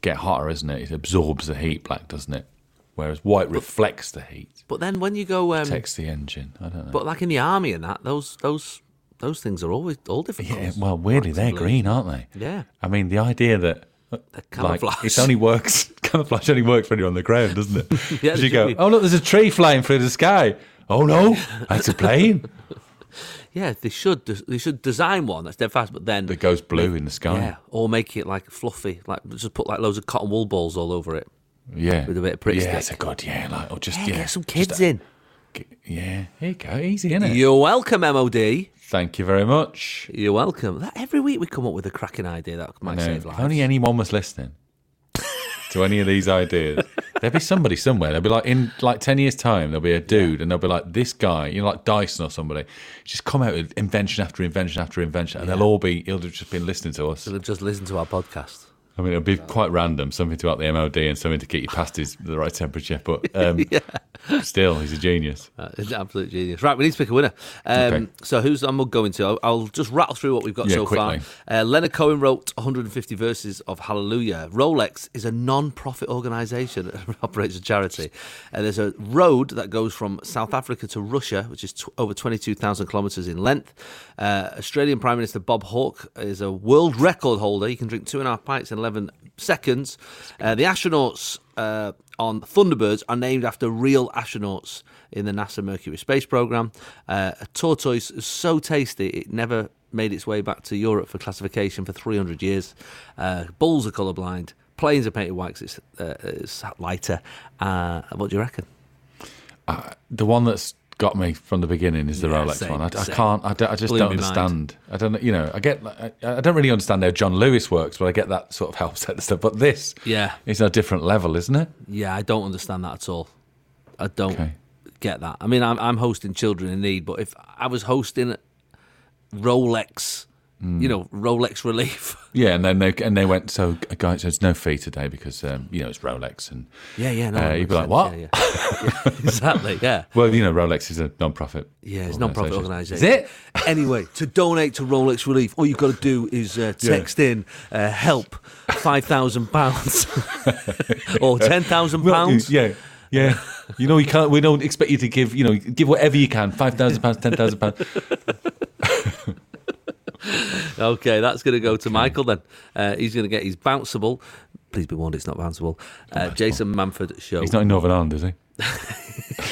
S3: get hotter, isn't it? It absorbs the heat, black, doesn't it? Whereas white reflects the heat,
S2: But then when you go, um,
S3: protects the engine. I don't know.
S2: but like in the army and that, those those those things are always all different.
S3: Yeah,
S2: colours.
S3: well, weirdly, they're
S2: Relatively.
S3: green, aren't they?
S2: Yeah.
S3: I mean, the idea that
S2: camouflage.
S3: it only works camouflage only works when you're on the ground, doesn't it? 'Cause
S2: they
S3: you go,
S2: should be.
S3: oh look, there's a tree flying through the sky. Oh no, that's a plane
S2: Yeah, they should des- they should design one that's dead fast, but then
S3: that goes blue in the
S2: yeah,
S3: sky.
S2: or make it like fluffy, like just put like loads of cotton wool balls all over it.
S3: Yeah,
S2: With a bit of pretty
S3: Yeah, that's a
S2: stick.
S3: good. Yeah, like or just
S2: Yeah,
S3: yeah,
S2: get some
S3: just
S2: kids
S3: a-
S2: in.
S3: g- Yeah, here you go, easy, innit?
S2: You're welcome, MOD.
S3: Thank you very much.
S2: You're welcome. That, every week we come up with a cracking idea that might
S3: No,
S2: save
S3: if
S2: lives.
S3: only anyone was listening to any of these ideas, there'd be somebody somewhere. There'd be like in like ten years' time, there'll be a dude, and they'll be like this guy, you know, like Dyson or somebody, just come out with invention after invention after invention, and they'll all be, he'll have just been listening to us.
S2: They'll just listen to our podcast.
S3: I mean, it'll be quite random, something to up the MOD and something to get you past his the right temperature. But um, still, he's a genius.
S2: Uh, it's an absolute genius. Right, we need to pick a winner. Um,
S3: Okay.
S2: So who's our mug going to? I'll, I'll just rattle through what we've got
S3: Yeah,
S2: so
S3: quickly.
S2: far. Uh, Leonard Cohen wrote 150 verses of Hallelujah. Rolex is a non-profit organisation that operates a charity. Uh, there's a road that goes from South Africa to Russia, which is t- over 22,000 kilometres in length. Uh, Australian Prime Minister Bob Hawke is a world record holder. He can drink two and a half pints in 11 seconds. Uh, the astronauts uh, on Thunderbirds are named after real astronauts in the NASA Mercury space program. Uh, a tortoise is so tasty it never made its way back to Europe for classification for 300 years. Uh, bulls are colorblind. Planes are painted white 'cause it's, uh, it's lighter. Uh, what do you reckon?
S3: The one that's got me from the beginning is the
S2: Yeah,
S3: Rolex
S2: same,
S3: one. I, I
S2: same.
S3: can't. I, don't- I just
S2: Blew
S3: don't
S2: me mind.
S3: understand. I don't. You know. I get. I, I don't really understand how John Lewis works, but I get that sort of help set and stuff. But this,
S2: Yeah.
S3: is a different level, isn't it?
S2: Yeah, I don't understand that at all. I don't
S3: Okay.
S2: get that. I mean, I'm, I'm hosting Children in Need, but if I was hosting Rolex, you know, Rolex Relief.
S3: Yeah, and then they and they went. So, guys, there's no fee today because um, you know it's Rolex, and
S2: Yeah, yeah, no.
S3: Uh, you'd be like,
S2: 100%,
S3: "What?"
S2: Yeah, yeah. Yeah, exactly, yeah.
S3: well, you know, Rolex is a non-profit.
S2: Yeah, it's a non-profit organisation.
S3: Is it?
S2: Anyway, to donate to Rolex Relief, all you've got to do is uh, text in uh, help £5,000 or £10,000.
S3: Well, Yeah. Yeah, you know we can't. We don't expect you to give. You know, give whatever you can. Five thousand pounds, ten thousand pounds.
S2: Okay, that's going to go to Michael then. Uh, he's going to get his bounceable. Please be warned, it's not bounceable. Uh, Jason Manford show.
S3: He's not in Northern Ireland, is he?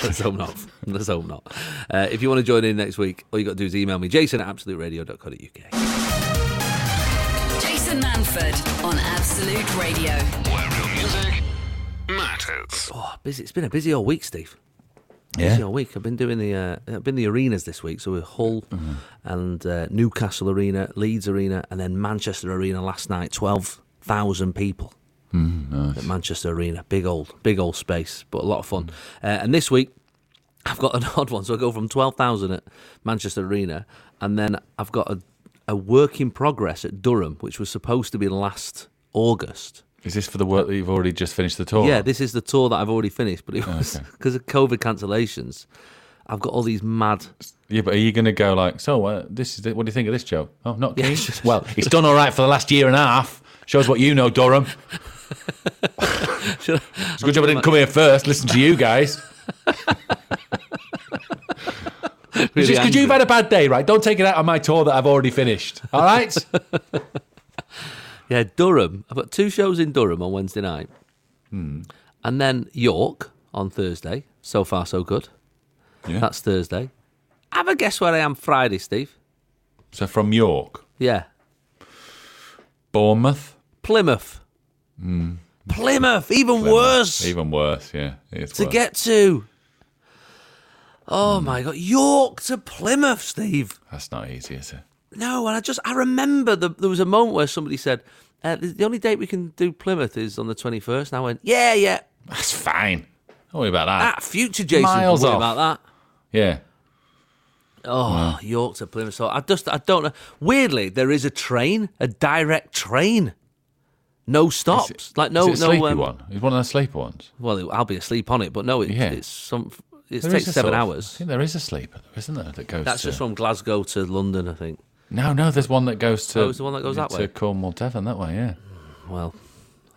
S2: Let's hope not. Let's hope not. Uh, if you want to join in next week, all you got to do is email me, jason at absoluteradio.co.uk.
S1: Jason Manford on Absolute Radio.
S4: Where real music matters.
S2: Oh, busy. It's been a busy old week, Steve.
S3: Yeah.
S2: Busy old week. I've been doing the uh, I've been the arenas this week. So we're Hull and uh, Newcastle Arena, Leeds Arena, and then Manchester Arena last night. Twelve thousand people at Manchester Arena. Big old, big old space, but a lot of fun. Uh, and this week. I've got an odd one, so I go from twelve thousand at Manchester Arena, and then I've got a, a work in progress at Durham, which was supposed to be last August,
S3: Is this for the work that you've already just finished the tour?
S2: yeah, this is the tour that I've already finished, but it was
S3: Oh, okay.
S2: because of COVID cancellations. I've got all these mad.
S3: Yeah, but are you going to go like, so uh, this is the, what do you think of this joke? Oh, not keen. well, it's done all right for the last year and a half. Shows what you know, Durham.
S2: Should I-
S3: It's a good job I didn't come here first. Listen to you guys.
S2: really
S3: Just because
S2: angry.
S3: you've had a bad day, right? Don't take it out on my tour that I've already finished. All right.
S2: yeah, Durham. I've got two shows in Durham on Wednesday night,
S3: Hmm.
S2: and then York on Thursday. So far, so good.
S3: Yeah.
S2: That's Thursday. Have a guess where I am Friday, Steve.
S3: so from York,
S2: Yeah,
S3: Bournemouth.
S2: Plymouth. Plymouth, even worse
S3: Hmm. Even worse. Yeah. It's
S2: to
S3: worse.
S2: get to. Oh my God, York to Plymouth, Steve.
S3: That's not easy, is it?
S2: No, and I just I remember the, there was a moment where somebody said uh, the, the only date we can do Plymouth is on the twenty first, and I went, yeah, yeah,
S3: That's fine. Don't worry about that.
S2: that future Jason
S3: Miles
S2: Miles
S3: off.
S2: about that.
S3: Yeah.
S2: Oh,
S3: Mm.
S2: York to Plymouth. So I just I don't know. Weirdly, there is a train, a direct train, no stops, like no
S3: is it a
S2: no.
S3: sleepy
S2: um,
S3: one. It's one of those sleeper ones.
S2: Well, it, I'll be asleep on it, but no, it,
S3: Yeah.
S2: it's some. It
S3: There is
S2: takes
S3: a
S2: seven
S3: sort of- I
S2: hours.
S3: think there is a sleeper, isn't there? That goes.
S2: That's
S3: to,
S2: just from Glasgow to London, I think.
S3: No, no, there's one that goes to.
S2: Oh, it's the one that goes that
S3: to
S2: way?
S3: Cornwall, Devon, that way. Yeah.
S2: Well,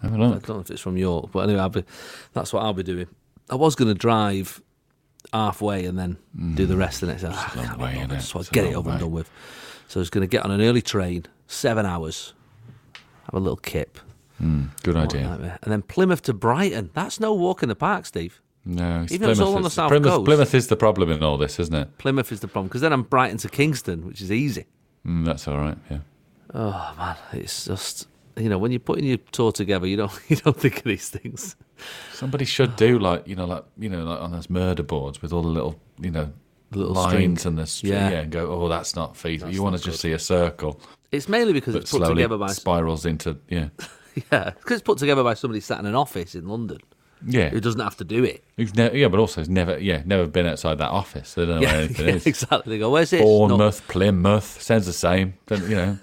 S3: Have a
S2: I
S3: look.
S2: don't know if it's from York, but anyway, I'll be, that's what I'll be doing. I was going to drive halfway and then do the rest the next day. Ah, I
S3: long
S2: can't be
S3: way,
S2: bothered.
S3: innit?
S2: Just wanna
S3: Mm. It's a
S2: get it
S3: long
S2: over
S3: way.
S2: and done with. So I was going to get on an early train, seven hours, have a little kip, What
S3: Good
S2: a
S3: idea.
S2: nightmare. and then Plymouth to Brighton. That's no walk in the park, Steve.
S3: No, it's
S2: Even though it's all on the
S3: It's-
S2: south
S3: Plymouth,
S2: coast.
S3: Plymouth is the problem in all this, isn't it?
S2: Plymouth is the problem because then I'm Brighton to Kingston, which is easy.
S3: Mm, that's all right. Yeah.
S2: Oh man, it's just you know when you're putting your tour together, you don't you don't think of these things.
S3: Somebody should do like you know, like you know, like on those murder boards with all the little you know
S2: Little
S3: lines
S2: string.
S3: and the string,
S2: Yeah.
S3: yeah. and go, oh, that's not feasible. you want to just see a circle,
S2: It's mainly because
S3: but
S2: it's put
S3: slowly
S2: together by
S3: spirals into yeah,
S2: Yeah, because it's put together by somebody sat in an office in London
S3: yeah.
S2: who doesn't have to do it.
S3: Who's ne- yeah, but also has never yeah never been outside that office. They don't know where anything
S2: yeah,
S3: is.
S2: exactly. They go, where's this?
S3: Bournemouth, Plymouth, sounds the same. Don't, you know,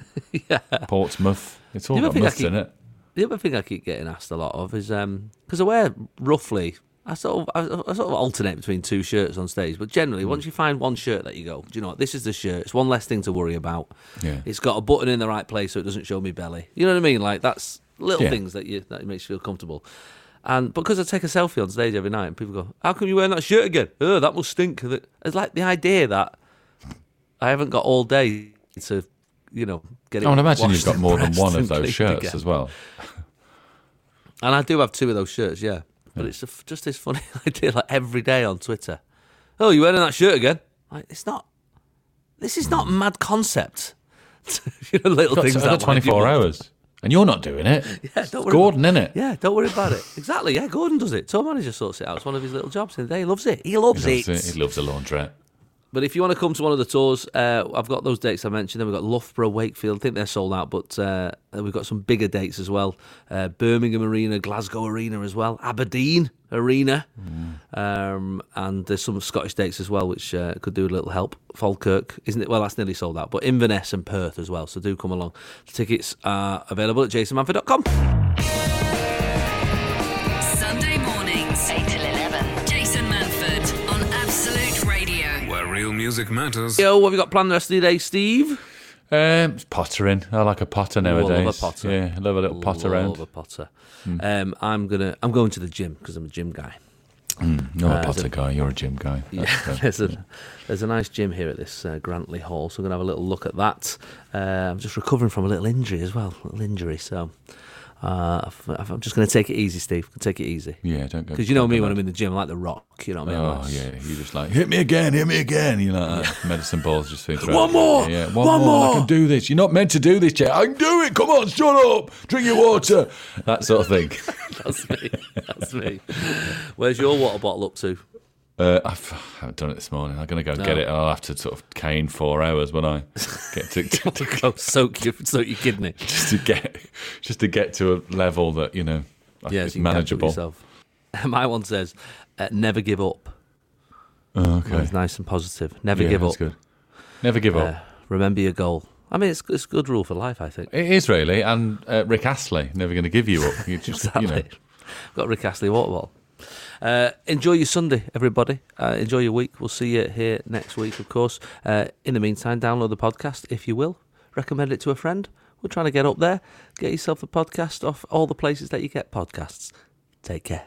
S3: Portsmouth. It's all
S2: You ever
S3: got
S2: think I
S3: muths
S2: could-
S3: in it.
S2: the other thing I keep getting asked a lot of is because I wear roughly. I sort of I, I sort of alternate between two shirts on stage, but generally,
S3: Hmm.
S2: once you find one shirt that you go, do you know what? This is the shirt. It's one less thing to worry about.
S3: Yeah.
S2: It's got a button in the right place so it doesn't show me belly. You know what I mean? Like that's little
S3: Yeah.
S2: things that you that makes you feel comfortable. And because I take a selfie on stage every night, and people go, "How come you wearing that shirt again? Oh, that must stink." It's like the idea that I haven't got all day to, you know, get it.
S3: I would imagine you've
S2: washed
S3: got
S2: and
S3: more than
S2: pressed
S3: one of
S2: and
S3: those
S2: cleaned
S3: shirts
S2: again.
S3: as well.
S2: And I do have two of those shirts, yeah. But it's a f just this funny idea, like every day on Twitter. Oh, you wearing that shirt again? Like, it's not. This is not mad concept. you know, little
S3: Got,
S2: things
S3: I've
S2: that
S3: got
S2: wind you
S3: 24
S2: up.
S3: hours, and you're not doing it.
S2: Yeah, don't worry.
S3: Gordon,
S2: about,
S3: innit? it?
S2: Yeah, don't worry about it. Exactly. Yeah, Gordon does it. Tour manager sorts it out. It's one of his little jobs in the day. He loves it. He loves,
S3: He loves
S2: it.
S3: it. He loves a laundrette.
S2: But if you want to come to one of the tours, uh, I've got those dates I mentioned. Then we've got Loughborough, Wakefield. I think they're sold out, but uh, we've got some bigger dates as well. Uh, Birmingham Arena, Glasgow Arena as well, Aberdeen Arena,
S3: Mm.
S2: um, and there's some Scottish dates as well, which uh, could do a little help. Falkirk, isn't it? Well, that's nearly sold out, but Inverness and Perth as well. So do come along. The tickets are available at jasonmanford.com.
S1: Sunday mornings, 8 till 11. Jason Manford on Absolute Radio.
S4: Where real music matters.
S2: Yo, what have you got planned the rest of the day, Steve?
S3: Um, it's pottering. I like a potter
S2: I love
S3: nowadays.
S2: a potter.
S3: Yeah, I love a little potter Hmm.
S2: Love
S3: round.
S2: a potter. Um, I'm gonna. I'm going to the gym because I'm a gym guy.
S3: You're a potter guy. You're a gym guy. That's the-
S2: there's a there's a nice gym here at this uh, Grantley Hall, so I'm gonna have a little look at that. Uh, I'm just recovering from a little injury as well, a little injury. So uh, I've- I've- I'm just gonna take it easy, Steve. Take it easy.
S3: yeah, don't go.
S2: Because you know me when I'm in the gym, I like the rock. You know what I mean? I'm
S3: Oh
S2: like,
S3: yeah, you just like hit me again, hit me again. You know, like, medicine balls just think
S2: One more!
S3: Yeah, one,
S2: One
S3: more. I
S2: more!"
S3: can do this. You're not meant to do this yet. I can do it. Come on, shut up. Drink your water. That sort of thing.
S2: That's me. That's me. Where's your water bottle up to?
S3: Uh, I've, I haven't done it this morning. I'm gonna go get it. and I'll have to sort of cane four hours when I get to, to, to-
S2: Go Oh, soak your soak your kidney.
S3: just to get just to get to a level that you know like,
S2: Yeah,
S3: is
S2: so you can catch up with
S3: manageable.
S2: yourself. My one says, uh, "Never give up."
S3: Oh, okay,
S2: It's nice and positive. Never
S3: Yeah,
S2: give
S3: that's
S2: up.
S3: good. Never give
S2: Uh,
S3: up.
S2: remember your goal. I mean, it's it's a good rule for life, I think.
S3: It is really, and uh, Rick Astley never going to give you up. You just,
S2: Exactly.
S3: you know,
S2: Got Rick Astley water bottle. Uh, enjoy your Sunday, everybody. Uh, enjoy your week. We'll see you here next week, of course. Uh, in the meantime, download the podcast if you will. Recommend it to a friend. We're trying to get up there. Get yourself the podcast off all the places that you get podcasts. Take care.